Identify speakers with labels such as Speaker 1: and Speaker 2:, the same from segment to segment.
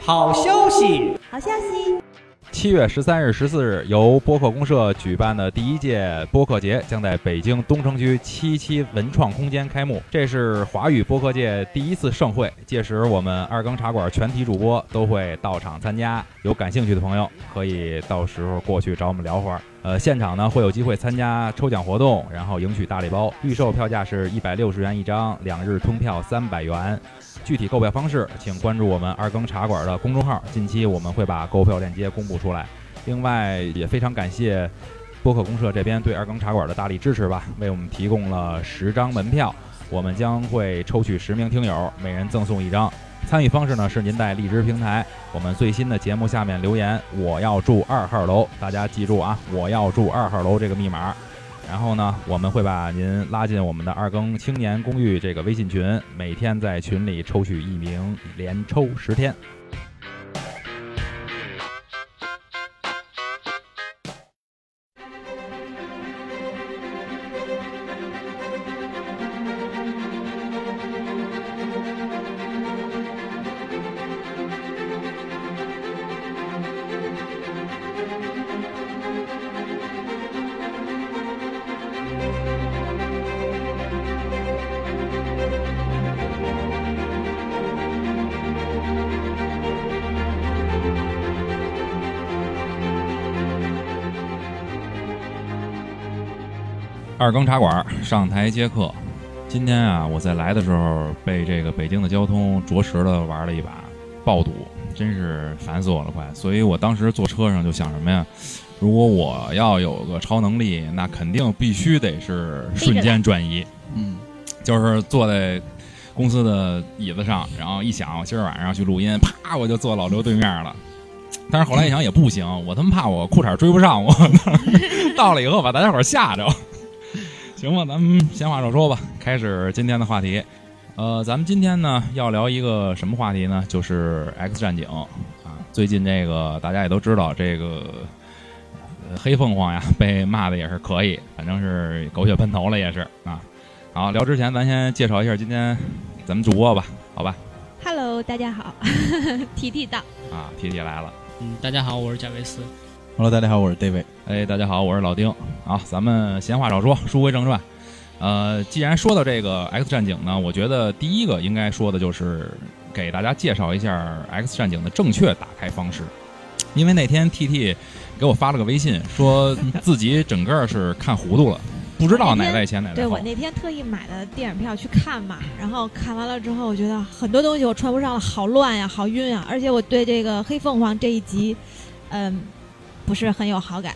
Speaker 1: 好消息，
Speaker 2: 好消息！
Speaker 3: 七月十三日、十四日，由播客公社举办的第一届播客节将在北京东城区七七文创空间开幕。这是华语播客界第一次盛会，届时我们二更茶馆全体主播都会到场参加。有感兴趣的朋友，可以到时候过去找我们聊会儿。呃，现场呢会有机会参加抽奖活动，然后赢取大礼包。预售票价是一百六十元一张，两日通票三百元。具体购票方式，请关注我们二更茶馆的公众号，近期我们会把购票链接公布出来。另外，也非常感谢播客公社这边对二更茶馆的大力支持吧，为我们提供了十张门票，我们将会抽取十名听友，每人赠送一张。参与方式呢是您在荔枝平台我们最新的节目下面留言“我要住二号楼”，大家记住啊，“我要住二号楼”这个密码。然后呢，我们会把您拉进我们的二更青年公寓这个微信群，每天在群里抽取一名，连抽十天。二更茶馆上台接客。今天啊，我在来的时候被这个北京的交通着实的玩了一把，爆堵，真是烦死我了，快！所以我当时坐车上就想什么呀？如果我要有个超能力，那肯定必须得是瞬间转移，
Speaker 4: 嗯，
Speaker 3: 就是坐在公司的椅子上，然后一想我今儿晚上要去录音，啪我就坐老刘对面了。但是后来一想也不行，我他妈怕我裤衩追不上我， 到了以后把大家伙儿吓着。行吧，咱们闲话少说吧，开始今天的话题。呃，咱们今天呢要聊一个什么话题呢？就是《X 战警》啊。最近这个大家也都知道，这个呃黑凤凰呀被骂的也是可以，反正是狗血喷头了也是啊。好，聊之前咱先介绍一下今天咱们主播吧，好吧？
Speaker 2: Hello，大家好， 提提到，
Speaker 3: 啊，T T 来了。
Speaker 5: 嗯，大家好，我是贾维斯。
Speaker 4: Hello，大家好，我是 David。
Speaker 3: 哎，大家好，我是老丁。好，咱们闲话少说，书归正传。呃，既然说到这个《X 战警》呢，我觉得第一个应该说的就是给大家介绍一下《X 战警》的正确打开方式。因为那天 TT 给我发了个微信，说自己整个是看糊 涂了，不知道哪在前哪在
Speaker 2: 对
Speaker 3: 后
Speaker 2: 我。那天特意买的电影票去看嘛，然后看完了之后，我觉得很多东西我穿不上了，好乱呀，好晕啊，而且我对这个黑凤凰这一集，嗯，不是很有好感。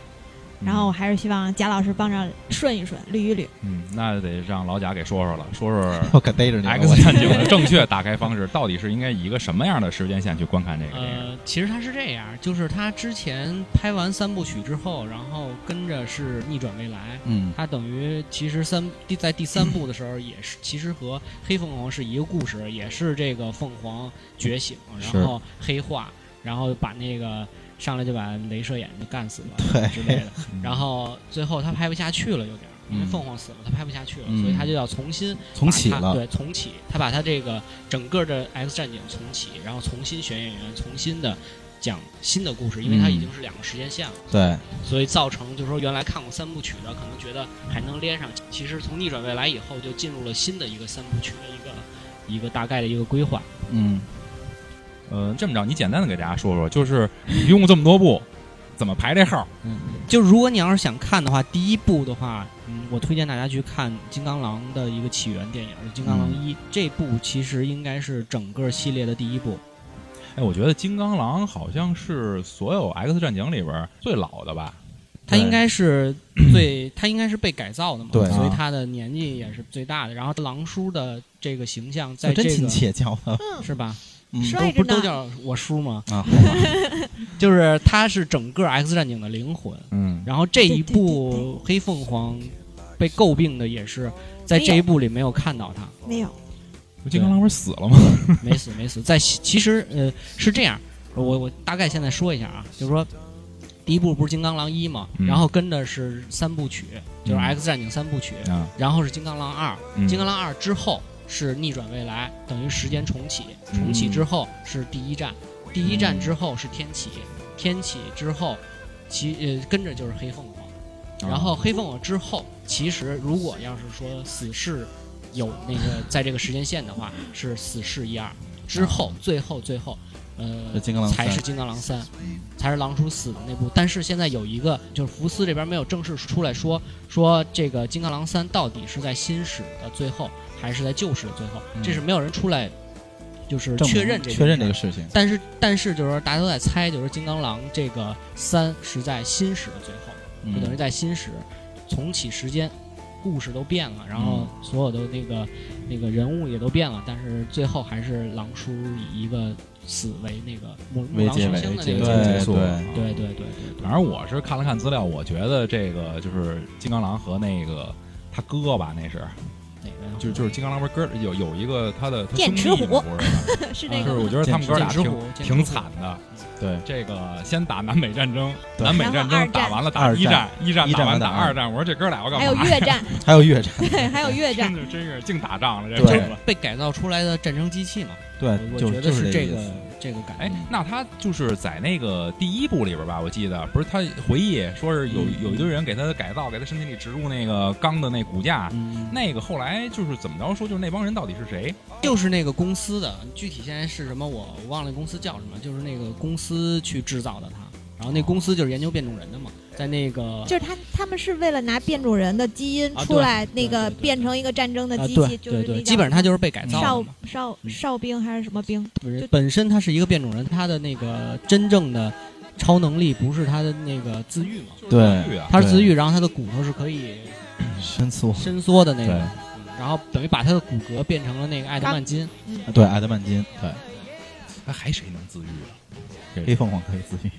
Speaker 2: 然后我还是希望贾老师帮着顺一顺、捋一捋。
Speaker 3: 嗯，那得让老贾给说说了，说说
Speaker 4: 我可逮着你了，我
Speaker 3: X 战警的正确打开方式到底是应该以一个什么样的时间线去观看这个电影？
Speaker 5: 呃，其实他是这样，就是他之前拍完三部曲之后，然后跟着是逆转未来，
Speaker 4: 嗯
Speaker 5: 他等于其实三第在第三部的时候也是，其实和黑凤凰是一个故事，也是这个凤凰觉醒，
Speaker 4: 是
Speaker 5: 然后黑化，然后把那个上来就把镭射眼就干死了之类的，
Speaker 3: 嗯
Speaker 5: 然后最后他拍不下去了，有点儿。因为
Speaker 3: 嗯
Speaker 5: 凤凰死了，他拍不下去了，
Speaker 4: 嗯
Speaker 5: 所以他就要重新
Speaker 4: 重启
Speaker 5: 把它
Speaker 4: 了，
Speaker 5: 对，重启，他把他这个整个的 X 战警重启，然后重新选演员，重新的讲新的故事，因为它已经是两个时间线了，
Speaker 4: 对，
Speaker 5: 所以造成就是说原来看过三部曲的，可能觉得还能连上，其实从逆转未来以后就进入了新的一个三部曲的一个一个大概的一个规划。
Speaker 4: 嗯，
Speaker 3: 呃，这么着，你简单的给大家说说，就是一共这么多部，怎么排这号？
Speaker 5: 就如果你要是想看的话，第一部的话，嗯，我推荐大家去看《金刚狼》的一个起源电影《金刚狼一》，这部其实应该是整个系列的第一部。
Speaker 3: 哎，我觉得金刚狼好像是所有 X 战警里边儿最老的吧？
Speaker 5: 他
Speaker 4: 对
Speaker 5: 应该 是最，他应该是被改造的嘛，
Speaker 4: 对
Speaker 5: 所以
Speaker 4: 啊
Speaker 5: 他的年纪也是最大的。然后狼叔的这个形象在
Speaker 4: 就
Speaker 5: 这
Speaker 4: 哦真
Speaker 5: 个
Speaker 4: 亲切叫的，
Speaker 2: 嗯，
Speaker 5: 是吧？
Speaker 4: 嗯
Speaker 2: 帅
Speaker 5: 啊
Speaker 2: 着
Speaker 5: 都不是都
Speaker 2: 呢
Speaker 5: 叫我叔吗？
Speaker 4: 啊，好吧
Speaker 5: 就是他是整个 X 战警的灵魂。
Speaker 3: 嗯，
Speaker 5: 然后这
Speaker 2: 对
Speaker 5: 一
Speaker 2: 对对
Speaker 5: 部黑凤凰被诟病的也是在
Speaker 2: 没有
Speaker 5: 这一部里没有看
Speaker 4: 哎
Speaker 5: 到他，
Speaker 2: 没有，
Speaker 3: 金刚狼不是死了吗？
Speaker 5: 没死没死。在其实呃是这样，我我大概现在说一下啊，就是说第一部不是金刚狼一嘛，
Speaker 3: 嗯
Speaker 5: 然后跟着是三部曲，就是
Speaker 4: 嗯
Speaker 5: X 战警三部曲，
Speaker 3: 啊，
Speaker 5: 然后是金刚狼二。
Speaker 3: 嗯
Speaker 5: 《金刚狼二》之后是逆转未来，等于时间重启，重启之后是第一站，第一站之后是天启，天启之后，其呃跟着就是黑凤凰。然后黑凤凰之后，其实如果要是说死侍有那个在这个时间线的话，是死侍一二之后，最后最后，呃
Speaker 6: 啊是，金刚狼三
Speaker 5: 才是金刚狼三
Speaker 6: 嗯，
Speaker 5: 才是狼叔死的那部。但是现在有一个，就是福斯这边没有正式出来说说这个金刚狼三到底是在新史的最后还是在旧史的最后，
Speaker 6: 嗯
Speaker 5: 这是没有人出来就是
Speaker 6: 证明
Speaker 5: 确认这
Speaker 6: 确认
Speaker 5: 这
Speaker 6: 这个事情，
Speaker 5: 但是但是就是说大家都在猜，就是金刚狼这个三是在新史的最后。就等
Speaker 6: 嗯
Speaker 5: 于在新史重启时间，故事都变了，然
Speaker 6: 嗯
Speaker 5: 后所有的那个那个人物也都变了，但是最后还是狼叔以一个死为那个母母
Speaker 6: 为
Speaker 5: 狼
Speaker 6: 结
Speaker 5: 升
Speaker 6: 尾
Speaker 5: 星的
Speaker 6: 结
Speaker 5: 那
Speaker 6: 尾
Speaker 5: 个
Speaker 6: 对
Speaker 5: 结
Speaker 3: 结
Speaker 5: 局。
Speaker 3: 束。
Speaker 6: 对
Speaker 5: 对对对对
Speaker 3: 反正我是看了看资料，我觉得这个就是金刚狼和那个他哥吧，那是
Speaker 6: 嗯
Speaker 5: 对，哪个
Speaker 3: 就就是金刚狼不是哥有有一个他的他
Speaker 2: 剑
Speaker 3: 兄弟
Speaker 2: 齿虎
Speaker 3: 嘛不是吧？
Speaker 2: 是这
Speaker 5: 啊
Speaker 3: 就是
Speaker 2: 个
Speaker 3: 我
Speaker 2: 吗？
Speaker 3: 觉得他们哥俩
Speaker 5: 剑齿
Speaker 3: 挺
Speaker 5: 虎剑齿虎
Speaker 3: 挺惨的。
Speaker 6: 对，
Speaker 3: 这个先打南北战争，
Speaker 6: 对
Speaker 3: 南北战
Speaker 2: 然后
Speaker 3: 争
Speaker 2: 二
Speaker 3: 打
Speaker 2: 战
Speaker 3: 完了打
Speaker 6: 二
Speaker 3: 一战
Speaker 6: 战，
Speaker 3: 一战
Speaker 6: 一
Speaker 3: 打
Speaker 6: 战
Speaker 3: 完
Speaker 6: 完
Speaker 3: 打
Speaker 6: 打
Speaker 3: 二战，我说这哥俩要干嘛？
Speaker 2: 还有越战，
Speaker 6: 还有越战，
Speaker 2: 对，还有越
Speaker 3: 真
Speaker 2: 战，
Speaker 3: 的真是净打仗了，这
Speaker 6: 对
Speaker 3: 个
Speaker 5: 这被改造出来的战争机器嘛？
Speaker 6: 对
Speaker 5: 我，我
Speaker 6: 就
Speaker 5: 觉得
Speaker 6: 就是这
Speaker 5: 个
Speaker 6: 意思
Speaker 5: 这个感
Speaker 3: 哎
Speaker 5: 觉。，
Speaker 3: 那他就是在那个第一部里边吧，我记得不是他回忆说是有
Speaker 5: 嗯
Speaker 3: 有一堆人给他的改造，给他身体里植入那个钢的那骨架，
Speaker 5: 嗯，
Speaker 3: 那个后来就是怎么着说，就是那帮人到底是谁？
Speaker 5: 就是那个公司的，具体现在是什么我忘了，公司叫什么？就是那个公司去制造的它，然
Speaker 6: 哦
Speaker 5: 后那公司就是研究变种人的嘛，在那个
Speaker 2: 就是他他们是为了拿变种人的基因
Speaker 5: 啊
Speaker 2: 出来，
Speaker 5: 对
Speaker 2: 那
Speaker 5: 对
Speaker 2: 个
Speaker 5: 对对
Speaker 2: 变成一个战争的
Speaker 5: 啊
Speaker 2: 机
Speaker 5: 对
Speaker 2: 器，就是
Speaker 5: 对
Speaker 2: 那
Speaker 5: 对，
Speaker 2: 叫
Speaker 5: 基本上它就是被改造的
Speaker 2: 少
Speaker 5: 嘛。
Speaker 2: 少
Speaker 5: 嗯
Speaker 2: 少兵还是什么兵？
Speaker 5: 不是
Speaker 2: 就
Speaker 5: 本身他是一个变种人，他的那个真正的超能力不是他的那个自愈嘛，
Speaker 3: 就是
Speaker 6: 对
Speaker 3: 地狱啊，
Speaker 5: 他是自愈，然后他的骨头是可以
Speaker 6: 深缩，
Speaker 5: 伸缩的那
Speaker 6: 对
Speaker 5: 个，嗯然后等于把他的骨骼变成了那个艾德曼金，
Speaker 2: 嗯
Speaker 6: 对，艾德曼金，对，
Speaker 3: 他哎还谁能自愈啊？
Speaker 6: 黑凤凰可以自愈，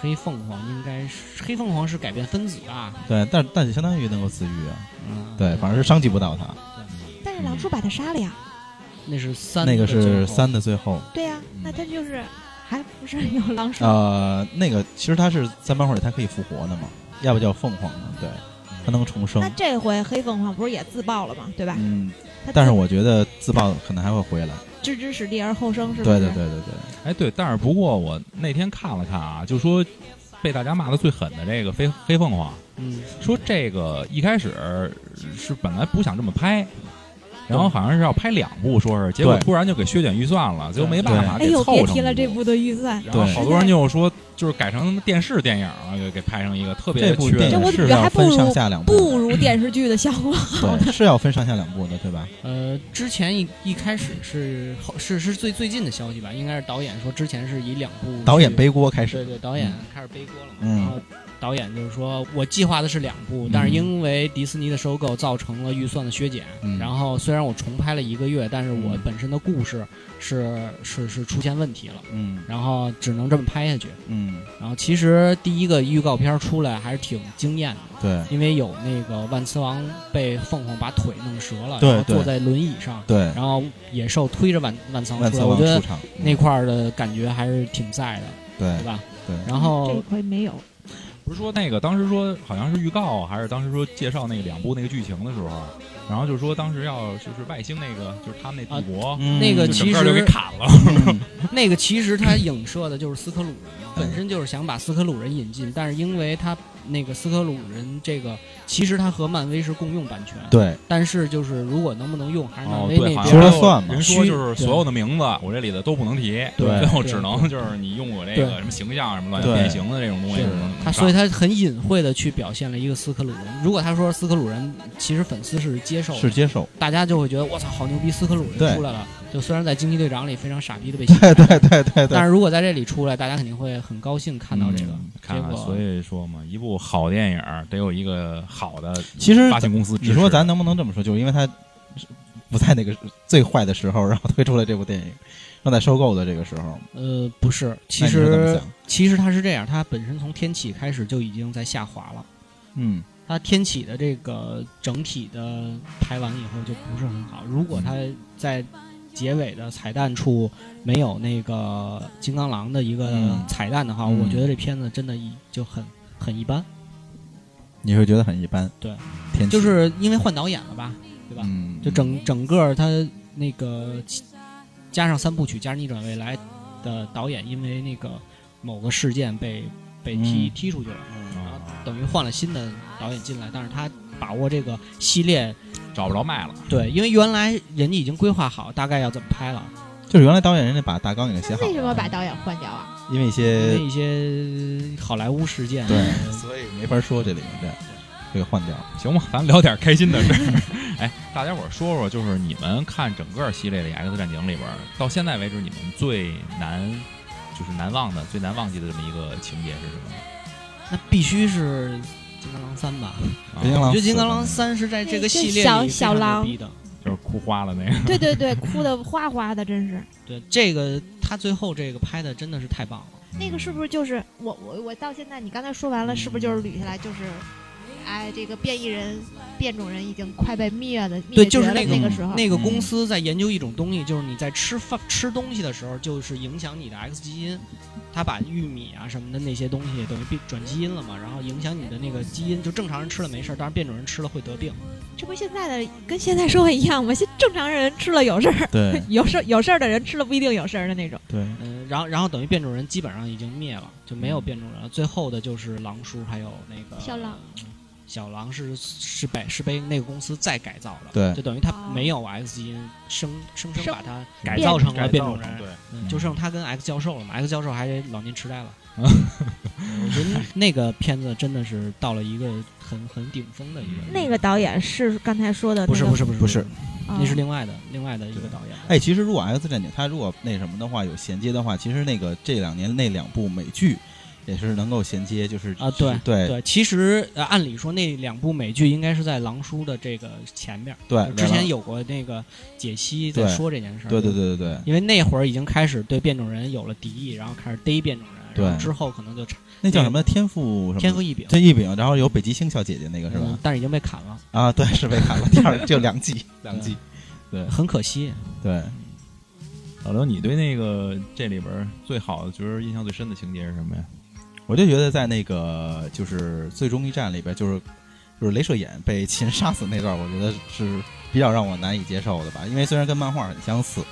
Speaker 5: 黑凤凰应该是黑凤凰是改变分子吧？
Speaker 6: 对，但但也相当于能够自愈啊，
Speaker 5: 嗯，
Speaker 6: 对，反正是伤及不到他，
Speaker 2: 但是狼叔把他杀了呀，
Speaker 5: 那是三的
Speaker 6: 那个
Speaker 5: 嗯最后
Speaker 6: 是三的最后，
Speaker 2: 对呀，那他就是还不是有狼叔？
Speaker 6: 呃，那个其实他是在漫画里他可以复活的嘛，要不叫凤凰呢，对，他能重生
Speaker 2: 那，这回黑凤凰不是也自爆了吗？对吧？
Speaker 6: 嗯，
Speaker 2: 他
Speaker 6: 但是我觉得自爆可能还会回来，
Speaker 2: 置之死地而后生，是不
Speaker 6: 对
Speaker 2: 是？
Speaker 6: 对对对对，
Speaker 3: 哎，对，但是不过我那天看了看啊，就说被大家骂的最狠的这个飞黑凤凰，
Speaker 5: 嗯，
Speaker 3: 说这个一开始是本来不想这么拍。然后好像是要拍两部，说是结果
Speaker 6: 对
Speaker 3: 突然就给削减预算了，结果没办法
Speaker 2: 哎
Speaker 3: 给
Speaker 2: 呦，
Speaker 3: 凑
Speaker 2: 别
Speaker 3: 成
Speaker 2: 提了，
Speaker 3: 一
Speaker 2: 这部的预算，
Speaker 3: 然后
Speaker 6: 对
Speaker 3: 好多人就说，就是改成电视电影了，给给拍成一个特别
Speaker 6: 这部
Speaker 3: 缺
Speaker 6: 电
Speaker 3: 的
Speaker 2: 这我
Speaker 6: 影
Speaker 2: 怎么
Speaker 6: 是
Speaker 2: 觉得
Speaker 6: 要
Speaker 2: 还不
Speaker 6: 分
Speaker 2: 如
Speaker 6: 上下两
Speaker 2: 不
Speaker 6: 部
Speaker 2: 如电视剧的效果好
Speaker 6: 的，
Speaker 2: 呢。
Speaker 6: 对，是要分上下两部的，对吧？
Speaker 5: 呃，之前一一开始是后是是最最近的消息吧，应该是导演说之前是以两部
Speaker 6: 导演
Speaker 5: 去
Speaker 6: 背锅开始
Speaker 5: 对，对，导演开始背锅了嘛。
Speaker 6: 嗯
Speaker 5: 然后导演就是说我计划的是两部，但是因为迪士尼的收购造成了预算的削减。
Speaker 6: 嗯
Speaker 5: 然后虽然我重拍了一个月，但是我本身的故事是是是出现问题了，
Speaker 6: 嗯
Speaker 5: 然后只能这么拍下去。
Speaker 6: 嗯，
Speaker 5: 然后其实第一个预告片出来还是挺惊艳的，
Speaker 6: 对
Speaker 5: 因为有那个万磁王被凤凰把腿弄折了，
Speaker 6: 对
Speaker 5: 然后
Speaker 6: 对
Speaker 5: 坐在轮椅上，
Speaker 6: 对，
Speaker 5: 然后野兽推着万万磁王
Speaker 6: 万
Speaker 5: 出
Speaker 6: 磁
Speaker 5: 来，我
Speaker 6: 王
Speaker 5: 觉得
Speaker 6: 出场，嗯
Speaker 5: 那块儿的感觉还是挺在的，对
Speaker 6: 对
Speaker 5: 吧？
Speaker 6: 对，
Speaker 5: 然后
Speaker 2: 这回没有，
Speaker 3: 不是说那个当时说好像是预告，还是当时说介绍那个两部那个剧情的时候，然后就说当时要就是外星那个就是他们那帝国，
Speaker 6: 嗯
Speaker 5: 那个
Speaker 3: 就整
Speaker 5: 其
Speaker 3: 个就给
Speaker 5: 实
Speaker 3: 砍了。
Speaker 6: 嗯
Speaker 5: 那个其实它影射的就是斯科鲁人嘛，本身就是想把斯科鲁人引进，但是因为它那个斯科鲁人这个，其实它和漫威是共用版权，
Speaker 6: 对，
Speaker 5: 但是就是如果能不能用，还是漫
Speaker 3: 哦，
Speaker 5: 威
Speaker 3: 对，
Speaker 5: 那
Speaker 3: 好
Speaker 5: 边
Speaker 6: 说
Speaker 3: 像
Speaker 6: 了
Speaker 3: 有
Speaker 6: 算嘛
Speaker 3: 人说
Speaker 5: 虚
Speaker 3: 就是所有的名字我这里的都不能提，
Speaker 5: 对
Speaker 3: 最后
Speaker 5: 对
Speaker 3: 只能就是你用我这个
Speaker 5: 对
Speaker 3: 什么形象什么乱
Speaker 6: 对
Speaker 3: 变形的这种东西
Speaker 5: 是
Speaker 3: 什么
Speaker 5: 他，所以他很隐晦的去表现了一个斯科鲁人。如果他说斯科鲁人，其实粉丝是接受的，
Speaker 6: 是接受，
Speaker 5: 大家就会觉得我操，好牛逼，斯科鲁人
Speaker 6: 对
Speaker 5: 出来了。就虽然在惊奇队长里非常傻 逼的被洗，
Speaker 6: 对对对对
Speaker 5: 但
Speaker 6: 对，
Speaker 5: 是如果在这里出来，大家肯定会很高兴看到这个。
Speaker 3: 嗯看
Speaker 5: 结
Speaker 3: 看，
Speaker 5: 果
Speaker 3: 所以说嘛，一部好电影得有一个好的
Speaker 6: 其实
Speaker 3: 发行公司支持。
Speaker 6: 你说咱能不能这么说，就是因为他不在那个最坏的时候，然后推出了这部电影，正在收购的这个时候，
Speaker 5: 呃，不是，其
Speaker 6: 那你是怎么
Speaker 5: 实
Speaker 6: 想？
Speaker 5: 其实它是这样，它本身从天启开始就已经在下滑了。
Speaker 6: 嗯，
Speaker 5: 它天启的这个整体的拍完以后就不是很好。如果它在结尾的彩蛋处没有那个金刚狼的一个
Speaker 6: 嗯
Speaker 5: 彩蛋的话，
Speaker 6: 嗯
Speaker 5: 我觉得这片子真的一就很很一般。
Speaker 6: 你会觉得很一般，
Speaker 5: 对，
Speaker 6: 天气
Speaker 5: 就是因为换导演了吧，对吧？
Speaker 6: 嗯，
Speaker 5: 就整整个它那个加上三部曲加上逆转未来，的导演因为那个某个事件被被踢、
Speaker 6: 嗯
Speaker 5: 踢出去了，然后
Speaker 7: 啊
Speaker 3: 嗯
Speaker 5: 等于换了新的导演进来，但是他把握这个系列，
Speaker 7: 找不着卖了。
Speaker 5: 对，因为原来人家已经规划好大概要怎么拍了，
Speaker 6: 就是原来导演人家把大纲给他写好了，
Speaker 2: 为什么把导演换掉啊？
Speaker 6: 因为一
Speaker 5: 因
Speaker 6: 些
Speaker 5: 为一些好莱坞事件，啊
Speaker 6: 对，所以没法说这里面对，给换 掉。
Speaker 7: 行吧，咱聊点开心的事儿。
Speaker 3: 哎大家伙儿说说，就是你们看整个系列的《X 战警》里边儿，到现在为止，你们最难就是难忘的、最难忘记的这么一个情节是什么？
Speaker 5: 那必须是金刚狼三吧？
Speaker 3: 啊
Speaker 6: 金刚
Speaker 5: 我
Speaker 6: 狼
Speaker 5: 觉
Speaker 6: 死
Speaker 5: 得
Speaker 6: 了，
Speaker 5: 金刚狼三是在这个系列里
Speaker 2: 小
Speaker 5: 非
Speaker 2: 小
Speaker 5: 常牛
Speaker 2: 狼
Speaker 5: 逼的。
Speaker 3: 就是哭花了那个。
Speaker 2: 对对对，哭的哗哗的，真是。
Speaker 5: 对这个，他最后这个拍的真的是太棒了。
Speaker 2: 那个是不是就是我我我到现在你刚才说完了，是不是就是捋下来就是，哎，这个变异人变种人已经快被灭了，灭
Speaker 5: 对
Speaker 2: 绝
Speaker 5: 就是
Speaker 2: 了
Speaker 5: 那个
Speaker 2: 那时候，嗯
Speaker 5: 那个公司在研究一种东西，就是你在吃饭吃东西的时候，就是影响你的 X 基因。他把玉米啊什么的那些东西等于变转基因了嘛，然后影响你的那个基因。就正常人吃了没事儿，但是变种人吃了会得病。
Speaker 2: 这不现在的跟现在社会一样吗？现正常人吃了有事儿，
Speaker 6: 对
Speaker 2: 有事儿有事儿的人吃了不一定有事儿的那种。
Speaker 6: 对，
Speaker 5: 嗯，然后然后等于变种人基本上已经灭了，就没有变种人了。最后的就是狼叔还有那
Speaker 2: 嗯
Speaker 5: 个
Speaker 2: 小狼，
Speaker 5: 小狼是是被是被那个公司再改造的，
Speaker 6: 对
Speaker 5: 就等于他
Speaker 2: 哦
Speaker 5: 没有 X 基因，生生生
Speaker 2: 生
Speaker 5: 把它改造成了变种人，
Speaker 3: 对，
Speaker 5: 嗯就剩他跟 X 教授了嘛，X 教授还老年痴呆 了。我觉得那个片子真的是到了一个很很顶峰的一个，
Speaker 2: 那个导演是刚才说的、那个，
Speaker 5: 不是不是不是
Speaker 6: 不是，
Speaker 2: 啊
Speaker 5: 那是另外的另外的一个导演。
Speaker 6: 哎，其实如果 X 战警它如果那什么的话，有衔接的话，其实那个这两年那两部美剧也是能够衔接，就是
Speaker 5: 啊对
Speaker 6: 对
Speaker 5: 对，其实呃，按理说那两部美剧应该是在狼叔的这个前面儿，
Speaker 6: 对，
Speaker 5: 之前有过那个解析在
Speaker 6: 对
Speaker 5: 说这件事儿，
Speaker 6: 对对对对对，
Speaker 5: 因为那会儿已经开始对变种人有了敌意，然后开始逮变种人，
Speaker 6: 对
Speaker 5: 然后之后可能就差
Speaker 6: 那叫什么天赋什么
Speaker 5: 天赋异禀，
Speaker 6: 这一饼，然后有北极星小姐姐那个是
Speaker 5: 嗯
Speaker 6: 吧？
Speaker 5: 但是已经被砍了，
Speaker 6: 啊，对，是被砍了，第二就两季，
Speaker 5: 两季，
Speaker 6: 对
Speaker 5: 很可惜。
Speaker 6: 对，
Speaker 3: 老刘，你对那个这里边儿最好的，觉得印象最深的情节是什么呀？
Speaker 6: 我就觉得在那个就是最终一战里边，就是就是镭射眼被秦杀死那段，我觉得是比较让我难以接受的吧。因为虽然跟漫画很相似，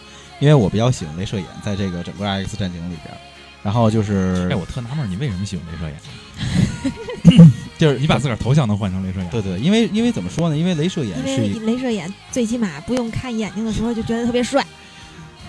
Speaker 6: 因为我比较喜欢镭射眼在这个整个 X 战警里边。然后就是
Speaker 3: 哎，，我特纳闷儿，你为什么喜欢镭射眼？
Speaker 6: 就是
Speaker 3: 你把自个儿头像能换成镭射眼？
Speaker 6: 对对，因为因为怎么说呢？因为镭射眼
Speaker 2: 啊因
Speaker 6: 是
Speaker 2: 为
Speaker 6: 一
Speaker 2: 镭射眼最起码不用看眼睛的时候就觉得特别帅，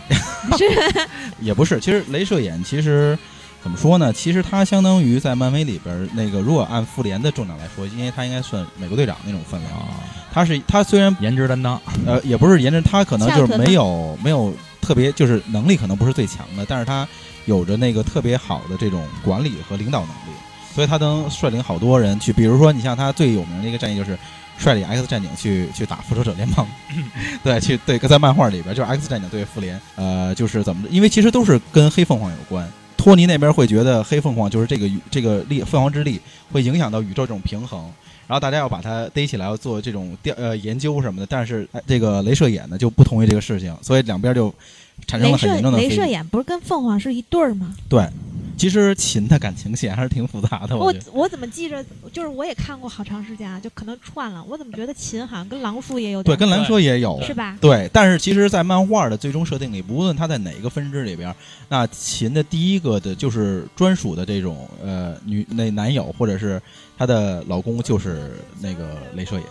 Speaker 2: 是
Speaker 6: 也不是，其实镭射眼其实怎么说呢？其实它相当于在漫威里边儿那个，如果按复联的重量来说，因为它应该算美国队长那种分量。
Speaker 3: 啊，
Speaker 6: 它是它虽然
Speaker 3: 颜值担当，
Speaker 6: 呃，也不是沿着他可能就
Speaker 2: 夏
Speaker 6: 是
Speaker 2: 洛特
Speaker 6: 没有没有特别就是能力可能不是最强的，但是他有着那个特别好的这种管理和领导能力，所以他能率领好多人去，比如说你像他最有名的一个战役就是率领 X 战警去去打复仇者联盟，对，去对，在漫画里边就是 X 战警对复联，呃，就是怎么，因为其实都是跟黑凤凰有关。托尼那边会觉得黑凤凰就是这个宇这个力凤凰之力会影响到宇宙这种平衡，然后大家要把它逮起来，要做这种调呃研究什么的。但是哎这个镭射眼呢就不同意这个事情，所以两边就产生
Speaker 2: 镭
Speaker 6: 了很
Speaker 2: 射
Speaker 6: 严重的
Speaker 2: 镭射
Speaker 6: 非议。
Speaker 2: 眼不是跟凤凰是一对儿吗？
Speaker 6: 其实秦的感情线还是挺复杂的，我
Speaker 2: 我
Speaker 6: 觉得。
Speaker 2: 我怎么记着，就是我也看过好长时间啊，就可能串了。我怎么觉得秦好像跟狼叔也有
Speaker 6: 对，
Speaker 2: 点
Speaker 6: 跟蓝说也有，
Speaker 2: 是吧？
Speaker 6: 对，但是其实，在漫画的最终设定里，无论他在哪一个分支里边，那秦的第一个的就是专属的这种呃女那男友或者是她的老公就是那个镭射眼，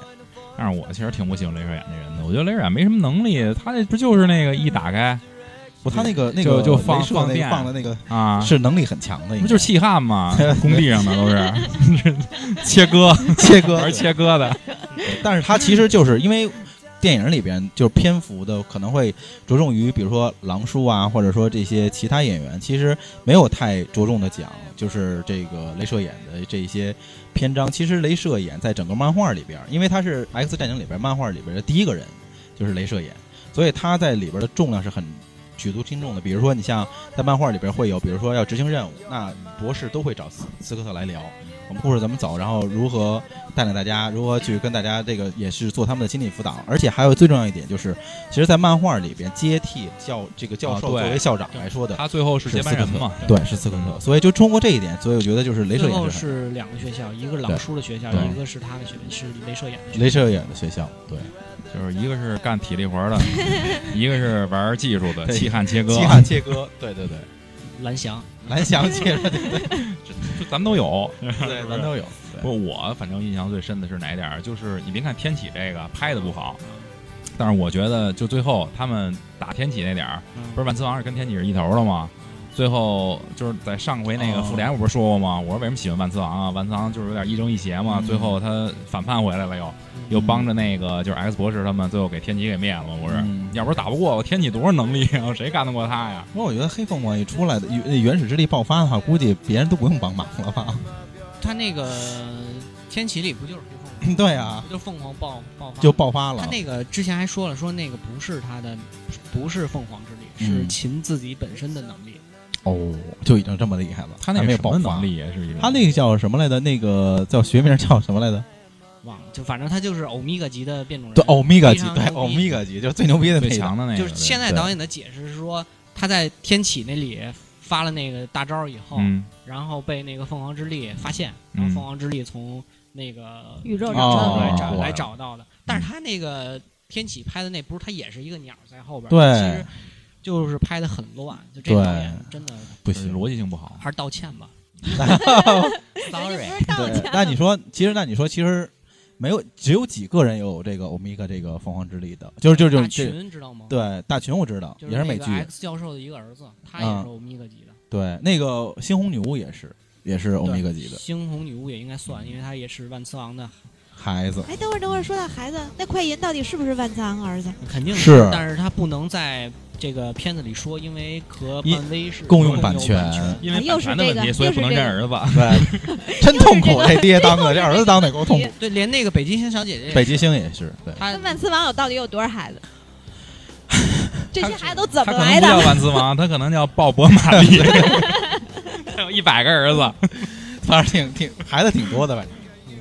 Speaker 3: 但是我其实挺不喜欢镭射眼这人的，我觉得镭射眼没什么能力，他那不就是那个一打开
Speaker 6: 不，他那个那
Speaker 3: 就
Speaker 6: 个
Speaker 3: 就放
Speaker 6: 镭射那
Speaker 3: 放
Speaker 6: 个
Speaker 3: 电
Speaker 6: 放的那个
Speaker 3: 啊？
Speaker 6: 是能力很强的，应
Speaker 3: 不
Speaker 6: 该
Speaker 3: 就是气焊 吗？工地上的都是 切割，
Speaker 6: 切 割
Speaker 3: 玩切割的。
Speaker 6: 但是它其实就是因为电影里边就是篇幅的可能会着重于，比如说狼叔啊，或者说这些其他演员，其实没有太着重的讲就是这个镭射眼的这一些篇章。其实镭射眼在整个漫画里边，因为他是 X 战警里边漫画里边的第一个人，就是镭射眼，所以他在里边的重量是很。举足轻重的，比如说你像在漫画里边会有，比如说要执行任务，那博士都会找斯斯科特来聊，我们故事怎么走，然后如何带领大家如何去跟大家这个也是做他们的心理辅导，而且还有最重要一点就是，其实，在漫画里边接替教这个教授
Speaker 3: 啊对
Speaker 6: 作为校长来说的，
Speaker 3: 他最后是接班人嘛？
Speaker 6: 对，是斯科特，所以就通过这一点，所以我觉得就是镭射
Speaker 5: 最后
Speaker 6: 眼是
Speaker 5: 是两个学校，一个是狼
Speaker 6: 对
Speaker 5: 叔的学校，
Speaker 6: 对
Speaker 5: 一个是他的学是镭射眼的学校。
Speaker 6: 镭射眼的学校，对，
Speaker 3: 就是一个是 干体力活儿的，一个是玩技术的，
Speaker 6: 对
Speaker 3: 气焊切割。
Speaker 6: 西汉切割，对对对，
Speaker 5: 蓝翔，
Speaker 6: 蓝翔接着对
Speaker 3: 就咱们都有。
Speaker 6: 对，咱都有。对
Speaker 3: 不，我反正印象最深的是哪一点儿？就是你别看天启这个拍的不好，但是我觉得就最后他们打天启那点儿，
Speaker 5: 嗯
Speaker 3: 不是万磁王是跟天启是一头的吗？最后就是在上回那个
Speaker 6: 哦
Speaker 3: 复联，我不是说过吗？我说为什么喜欢万磁王啊？万磁王就是有点亦正亦邪嘛。
Speaker 6: 嗯
Speaker 3: 最后他反叛回来了又，又帮着那个就是 X 博士他们，最后给天启给灭了嘛。不是，
Speaker 6: 嗯
Speaker 3: 要不是打不过我天启多少能力啊， 谁干得过他呀？
Speaker 6: 不过我觉得黑凤凰一出来的原原始之力爆发的话，估计别人都不用帮忙了吧？
Speaker 5: 他那个天启里不就是黑凤凰，
Speaker 6: 对啊
Speaker 5: 不，就是凤凰爆爆发
Speaker 6: 就爆发了
Speaker 5: 他。那个之前还说了，说那个不是他的，不是凤凰之力，是
Speaker 6: 嗯
Speaker 5: 秦自己本身的能力。
Speaker 6: 哦，就已经这么厉害了，
Speaker 3: 他那
Speaker 6: 还
Speaker 3: 个
Speaker 6: 没有
Speaker 3: 什
Speaker 6: 爆
Speaker 3: 么
Speaker 6: 发
Speaker 3: 能。力也是一种，
Speaker 6: 他那个叫什么来着？那个叫学名叫什么来着？
Speaker 5: 忘了，就反正他就是欧米伽级的变种人。
Speaker 6: 对，欧米伽级
Speaker 5: 非，常
Speaker 6: 对，
Speaker 5: 牛逼
Speaker 6: 欧米伽级就是最牛逼的那
Speaker 3: 最
Speaker 6: 一档
Speaker 3: 强的那个，
Speaker 5: 就是现在
Speaker 6: 对
Speaker 5: 导演的解释是说，他在天启那里发了那个大招以后，
Speaker 3: 嗯，
Speaker 6: 哦
Speaker 5: 然后被那个凤凰之力发现，然后
Speaker 3: 嗯
Speaker 5: 凤凰之力从那个
Speaker 2: 宇宙
Speaker 5: 对
Speaker 2: 长
Speaker 6: 哦嗯哦
Speaker 2: 城，
Speaker 5: 来找
Speaker 6: 我
Speaker 5: 来找到的。但是他那个天启拍的那不是他也是一个鸟在后边，
Speaker 6: 对
Speaker 5: 其实就是拍的很乱。就这
Speaker 6: 对
Speaker 5: 导演真的
Speaker 6: 不
Speaker 3: 就是
Speaker 6: 行，
Speaker 3: 逻辑性不好。
Speaker 5: 还是道歉 吧
Speaker 2: 人家。不是
Speaker 5: ，sorry
Speaker 2: 道
Speaker 6: 对
Speaker 2: 歉，，
Speaker 6: 那你说，其实那你说，其实没有，只有几个人有这个欧米伽这个凤凰之力的，就是就是
Speaker 5: 大
Speaker 6: 就是这，
Speaker 5: 群知道吗？，
Speaker 6: 对大群我知道，
Speaker 5: 就是
Speaker 6: 也是美
Speaker 5: 那个
Speaker 6: 剧，
Speaker 5: X 教授的一个儿子，他也
Speaker 6: 嗯
Speaker 5: 是欧米伽级的。
Speaker 6: 对那个猩红女巫也是也是欧米伽 级的
Speaker 5: 猩红女巫也应该算，因为她也是万磁王的，
Speaker 6: 孩 子，
Speaker 2: 哎，等会儿等会儿，说到孩子，那快银到底是不是万磁王儿子？
Speaker 5: 肯定
Speaker 6: 是
Speaker 5: 但是她不能在这个片子里说，因为和
Speaker 6: 因
Speaker 5: 漫威是
Speaker 6: 共
Speaker 5: 用
Speaker 6: 用版
Speaker 5: 权。
Speaker 6: 权
Speaker 3: 因
Speaker 2: 啊
Speaker 3: 为
Speaker 2: 又
Speaker 3: 版
Speaker 2: 是
Speaker 3: 权的
Speaker 2: 这
Speaker 3: 问
Speaker 2: 个
Speaker 3: 题，所以
Speaker 2: 又是
Speaker 3: 不能
Speaker 2: 这
Speaker 3: 认
Speaker 2: 个
Speaker 3: 儿子。
Speaker 6: 对，真痛苦，
Speaker 2: 又是这
Speaker 6: 这爹当的，
Speaker 2: 又是
Speaker 6: 这
Speaker 2: 这
Speaker 6: 儿子当得够痛苦。
Speaker 5: 对，连那个北极星小姐姐，
Speaker 6: 北极星也是，对，
Speaker 5: 她
Speaker 2: 那万磁王有到底有多少 孩子？这些孩子都
Speaker 3: 他
Speaker 2: 怎么
Speaker 3: 可能
Speaker 2: 来
Speaker 3: 不 叫
Speaker 2: 的？
Speaker 3: 万磁王，他可能叫鲍勃·马 利，他有一百个儿子。
Speaker 6: 反正挺挺孩子挺多的吧。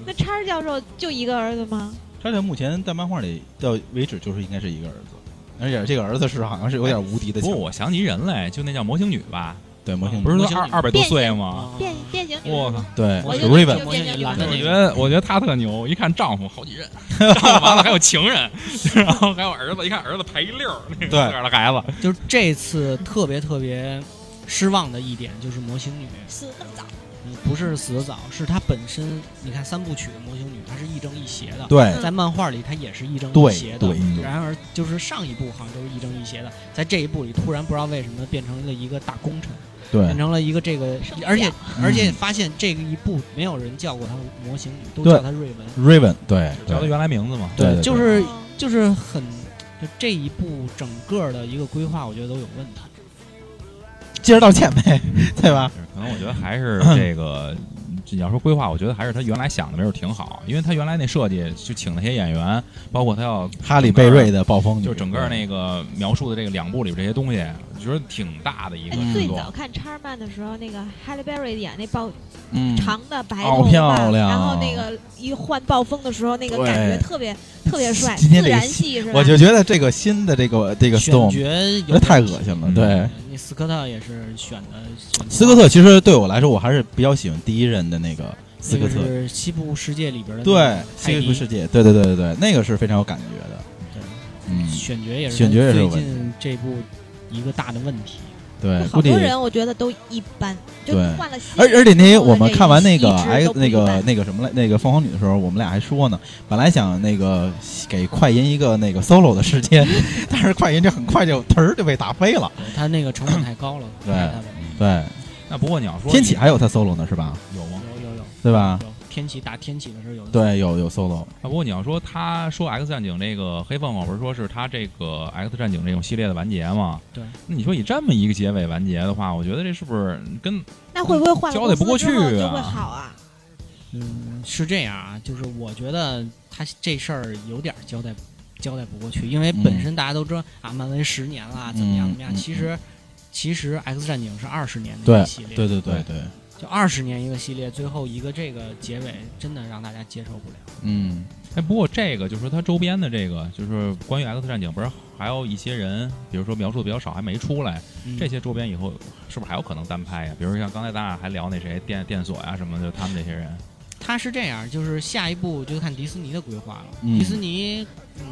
Speaker 2: 那叉儿教授就一个儿子吗？
Speaker 6: 而且目前在漫画里到为止就是应该是一个儿子，而且这个儿子是好像是有点无敌的
Speaker 3: 不
Speaker 6: 强
Speaker 3: 过，我想起一人来，就那叫魔形女吧，
Speaker 6: 对
Speaker 2: 嗯
Speaker 6: 模型
Speaker 3: 哎不是说
Speaker 5: 魔形
Speaker 3: 二
Speaker 5: 女
Speaker 3: 二百多岁吗？
Speaker 5: 啊
Speaker 2: 变变形女巫
Speaker 3: 我靠
Speaker 2: 吗？
Speaker 6: 对
Speaker 5: 我
Speaker 2: 我
Speaker 6: 是
Speaker 2: 就
Speaker 6: Raven
Speaker 2: 就
Speaker 5: 魔
Speaker 2: 变
Speaker 5: 形
Speaker 2: 形
Speaker 5: 女
Speaker 2: 女
Speaker 5: 蓝
Speaker 2: 巫
Speaker 5: 的
Speaker 3: 我
Speaker 5: 那
Speaker 3: 觉
Speaker 5: 个，
Speaker 3: 得我觉得他特牛，一看丈夫好几 任，丈夫完了还有情人，然后还有儿子，一看儿子排一溜儿，那
Speaker 6: 对
Speaker 3: 个自个儿的孩子。
Speaker 5: 就是这次特别特别失望的一点就是魔形女，
Speaker 2: 死那么早，
Speaker 5: 嗯不是死的早，是她本身。你看三部曲的魔形女，她是亦正亦邪的，
Speaker 6: 对
Speaker 5: 在漫画里她也是亦正亦邪
Speaker 6: 对
Speaker 5: 的。
Speaker 6: 对对
Speaker 5: 然而，就是上一部好像都是亦正亦邪的，在这一部里突然不知道为什么变成了一个大功臣，
Speaker 6: 对嗯
Speaker 5: 变成了一个这个
Speaker 2: 圣，
Speaker 5: 而且
Speaker 2: 教
Speaker 5: 而且发现这个一部没有人叫过她模型女，都
Speaker 6: 对
Speaker 5: 叫她瑞文，
Speaker 6: Raven，对
Speaker 3: 叫他原来名字嘛，
Speaker 6: 对对
Speaker 5: 就是
Speaker 2: 哦
Speaker 5: 就是很就这一部整个的一个规划，我觉得都有问题。
Speaker 6: 接着道歉呗，对吧？
Speaker 3: 可能我觉得还是这个，你要说规划，我觉得还是他原来想的没准挺好，因为他原来那设计就请那些演员，包括他要
Speaker 6: 哈利贝瑞的暴风女，
Speaker 3: 就整个那个描述的这个两部里边这些东西，我觉得挺大的一个
Speaker 2: 哎，
Speaker 3: 制
Speaker 2: 最
Speaker 3: 作
Speaker 2: 早。看叉儿漫的时候，那个 Halle Berry 演那暴
Speaker 6: 嗯
Speaker 2: 长的白
Speaker 6: 好
Speaker 2: 头发，
Speaker 6: 漂亮
Speaker 2: 然后那个一换暴风的时候，那个
Speaker 6: 对
Speaker 2: 感觉特别特别帅，
Speaker 6: 今天
Speaker 2: 自
Speaker 6: 这个
Speaker 2: 然系是吧？
Speaker 6: 我就觉得这个新的这个这个
Speaker 5: 选
Speaker 6: Storm
Speaker 5: 角有
Speaker 6: 那
Speaker 5: 点
Speaker 6: 太恶心了，
Speaker 3: 嗯
Speaker 6: 对。
Speaker 5: 那斯科特也是选的，选
Speaker 6: 斯科特其实对我来说，我还是比较喜欢第一任的那个斯科
Speaker 5: 那个
Speaker 6: 特，
Speaker 5: 是西部世界里边的那
Speaker 6: 对
Speaker 5: 个，泰
Speaker 6: 西
Speaker 5: 迪
Speaker 6: 部世界，对对对对对，那个是非常有感觉的，
Speaker 5: 对
Speaker 6: 嗯，
Speaker 5: 选角也是
Speaker 6: 选角也是有问题
Speaker 5: 最近这部一个大的问题。
Speaker 6: 对，
Speaker 2: 好
Speaker 6: 估计
Speaker 2: 多人我觉得都一般，就
Speaker 6: 对
Speaker 2: 换了新
Speaker 6: 而
Speaker 2: 人
Speaker 6: 而且那
Speaker 2: 之后
Speaker 6: 我们
Speaker 2: 这
Speaker 6: 看完那个
Speaker 2: 一直
Speaker 6: X
Speaker 2: 都不
Speaker 6: 那
Speaker 2: 一般
Speaker 6: 个那个什么来那个凤凰女的时候，我们俩还说呢，本来想那个给快银一个那个 solo 的时间， 但是快银这很快就嘚儿就被打飞了。
Speaker 5: 对他那个成本太高了，
Speaker 6: 对
Speaker 5: 看他吧
Speaker 6: 对，
Speaker 3: 那不过你要说
Speaker 6: 天启还有他 solo 呢是吧？
Speaker 3: 有吗？
Speaker 5: 有有有
Speaker 6: 对吧？
Speaker 5: 有天启打天启的时候有的
Speaker 6: 对，有有 solo，
Speaker 3: 啊，不过你要说他说《X 战警》这个黑凤凰，不是说是他这个《X 战警》这种系列的完结吗？
Speaker 5: 对。
Speaker 3: 那你说以这么一个结尾完结的话，我觉得这是不是跟
Speaker 2: 那会不会换了
Speaker 3: 交代不
Speaker 2: 公
Speaker 3: 过
Speaker 2: 司之后
Speaker 3: 去
Speaker 2: 就
Speaker 3: 啊
Speaker 2: 会好啊？
Speaker 5: 嗯，是这样啊，就是我觉得他这事儿有点儿交代交代不过去，因为本身大家都知道、啊，漫威十年了，怎么样
Speaker 6: 嗯
Speaker 5: 怎么样，
Speaker 6: 嗯
Speaker 5: 其实。其实《X 战警》是二十年的
Speaker 6: 对
Speaker 5: 一系列，
Speaker 6: 对对对对，
Speaker 5: 就二十年一个系列，最后一个这个结尾真的让大家接受不了。
Speaker 6: 嗯，
Speaker 3: 哎，不过这个就是说它周边的这个，就是关于 X 战警，不是还有一些人，比如说描述的比较少，还没出来，
Speaker 5: 嗯
Speaker 3: 这些周边以后是不是还有可能单拍呀、比如像刚才咱俩还聊那谁电电锁呀、什么的，就他们这些人，
Speaker 5: 他是这样，就是下一步就看迪士尼的规划了。
Speaker 6: 嗯
Speaker 5: 迪士尼，嗯，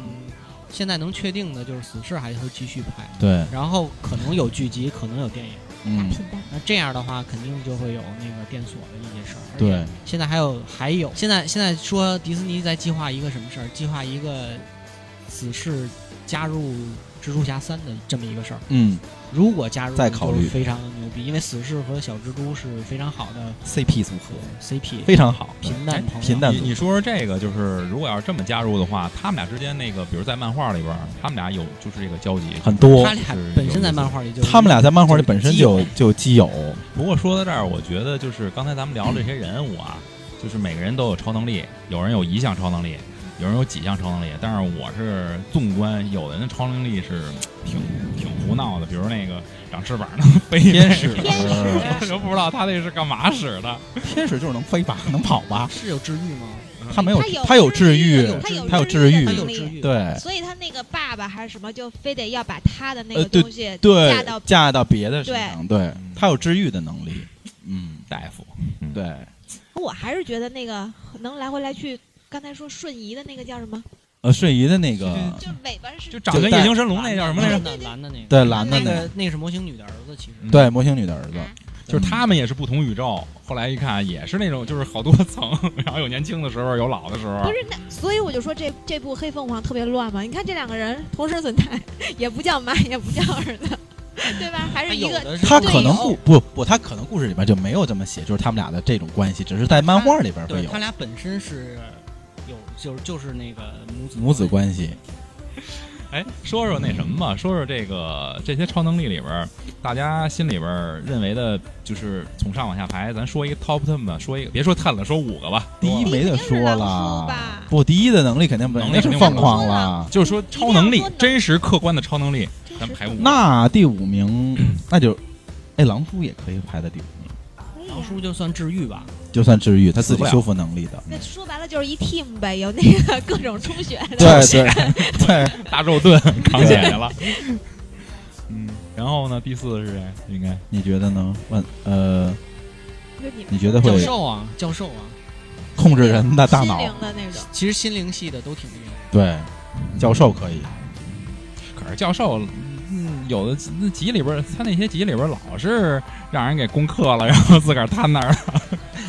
Speaker 5: 现在能确定的就是死侍还会继续拍，
Speaker 6: 对，
Speaker 5: 然后可能有剧集，可能有电影。
Speaker 2: 大
Speaker 6: 嗯，
Speaker 2: 平淡。
Speaker 5: 那这样的话，肯定就会有那个电锁的一些事儿。而且
Speaker 6: 对，
Speaker 5: 现在还有还有，现在现在说迪士尼在计划一个什么事儿？计划一个死侍加入蜘蛛侠三的这么一个事儿。
Speaker 6: 嗯
Speaker 5: 如果加入，
Speaker 6: 再考虑
Speaker 5: 就非常牛逼，因为死侍和小蜘蛛是非常好的
Speaker 6: ，CP 组合
Speaker 5: CP，
Speaker 6: 非常好，
Speaker 5: 平淡朋友
Speaker 6: 平淡
Speaker 3: 你你说说这个，就是如果要是这么加入的话，他们俩之间那个，比如在漫画里边儿，他们俩有就是这个交集。
Speaker 6: 很多
Speaker 5: 他。俩本身在漫画里就
Speaker 6: 他们俩在漫画里本身就
Speaker 5: 就
Speaker 6: 就基友，
Speaker 3: 不过说到这儿，我觉得就是刚才咱们聊这些人物啊，就是每个人都有超能力，有人有一项超能力，有人有几项超能力。但是我是纵观，有的人的超能力是挺挺胡闹的，比如那个长翅膀能飞起来
Speaker 6: 天 使，
Speaker 3: 我都不知道他那是干嘛使的。
Speaker 6: 天使就是能飞吧，能跑吧，
Speaker 5: 是有治愈吗？
Speaker 6: 他没有
Speaker 2: 有，
Speaker 6: 他有治愈，
Speaker 2: 他有
Speaker 6: 他有
Speaker 2: 治
Speaker 6: 治
Speaker 2: 愈
Speaker 6: 愈
Speaker 2: 的
Speaker 5: 他
Speaker 2: 能
Speaker 5: 有
Speaker 2: 力
Speaker 5: 治愈，
Speaker 6: 对
Speaker 2: 所以他那个爸爸还是什么，就非得要把他的那个
Speaker 6: 呃对
Speaker 2: 东西
Speaker 6: 对
Speaker 2: 嫁到，
Speaker 6: 嫁到别的身上，对
Speaker 3: 嗯
Speaker 6: 他有治愈的能力，嗯，
Speaker 3: 大夫，
Speaker 6: 对，
Speaker 2: 我还是觉得那个能来回来去，刚才说瞬移的那个叫什么？
Speaker 6: 呃，瞬移的那个
Speaker 2: 就尾巴是
Speaker 3: 就长得跟
Speaker 6: 就带
Speaker 3: 夜行神龙那叫什么来着？
Speaker 5: 蓝的蓝的那个，
Speaker 6: 对蓝的
Speaker 5: 那
Speaker 6: 那个
Speaker 5: 个那个是模型女的儿子，其实
Speaker 3: 嗯
Speaker 6: 对，魔形女的儿子，
Speaker 3: 就是
Speaker 2: 嗯
Speaker 3: 他们也是不同宇宙。后来一看，也是那种就是好多层， 然后有年轻的时候，有老的时候
Speaker 6: 啊
Speaker 2: 不。是那，所以我就说这这部《黑凤凰》特别乱嘛。你看这两个人同时存在，也不叫妈，也不叫儿 子，对吧？还
Speaker 5: 他
Speaker 2: 是一
Speaker 5: 有
Speaker 2: 个
Speaker 5: 的是
Speaker 6: 他
Speaker 5: 对
Speaker 6: 可能
Speaker 2: 队
Speaker 6: 故
Speaker 2: 友
Speaker 6: 不不，他可能故事里边就没有这么写，就是他们俩的这种关系，只是在漫画里边会
Speaker 5: 对
Speaker 6: 有
Speaker 5: 他俩本身是有就是就是那个母子
Speaker 6: 母子关系。
Speaker 3: 哎，说说那什么吧，说说这个这些超能力里边儿，大家心里边儿认为的，就是从上往下排，咱说一个 top ten 吧，说一个，别说 ten 了，说五个吧。
Speaker 6: 第一
Speaker 2: 第一
Speaker 6: 没得
Speaker 2: 肯定
Speaker 6: 说
Speaker 2: 是狼叔
Speaker 6: 了
Speaker 2: 吧，
Speaker 6: 不，第一的能力肯定不
Speaker 3: 能力
Speaker 6: 那是
Speaker 3: 肯定
Speaker 6: 放
Speaker 3: 不
Speaker 6: 旷
Speaker 2: 说
Speaker 6: 了。
Speaker 3: 就是说超能
Speaker 2: 一定
Speaker 3: 力
Speaker 2: 要说，能
Speaker 3: 真实客观的超能力，
Speaker 2: 真实
Speaker 3: 咱们排
Speaker 2: 存
Speaker 3: 五
Speaker 2: 在
Speaker 6: 那第五名，那就，哎，狼叔也可以排在第五名，
Speaker 2: 可以啊
Speaker 5: 狼叔就算治愈吧，
Speaker 6: 就算治愈他自
Speaker 3: 死
Speaker 6: 己
Speaker 3: 不了
Speaker 6: 修复能力的。
Speaker 2: 那说白了就是一 team 呗，有那个各种充血的。
Speaker 6: 对对对，
Speaker 3: 大肉盾扛起来了。 嗯，然后呢，第四是谁？应该
Speaker 6: 你觉得呢？万呃，
Speaker 2: 就你们
Speaker 6: 你觉得
Speaker 5: 教
Speaker 6: 会
Speaker 5: 授啊，教授啊，
Speaker 6: 控制人的大脑嗯
Speaker 2: 心？灵的那种，
Speaker 5: 其实心灵系的都挺厉 害。
Speaker 6: 对，教授可以。
Speaker 3: 可是教授。嗯，有的那集里边儿，他那些集里边儿老是让人给攻克了，然后自个儿瘫那儿了。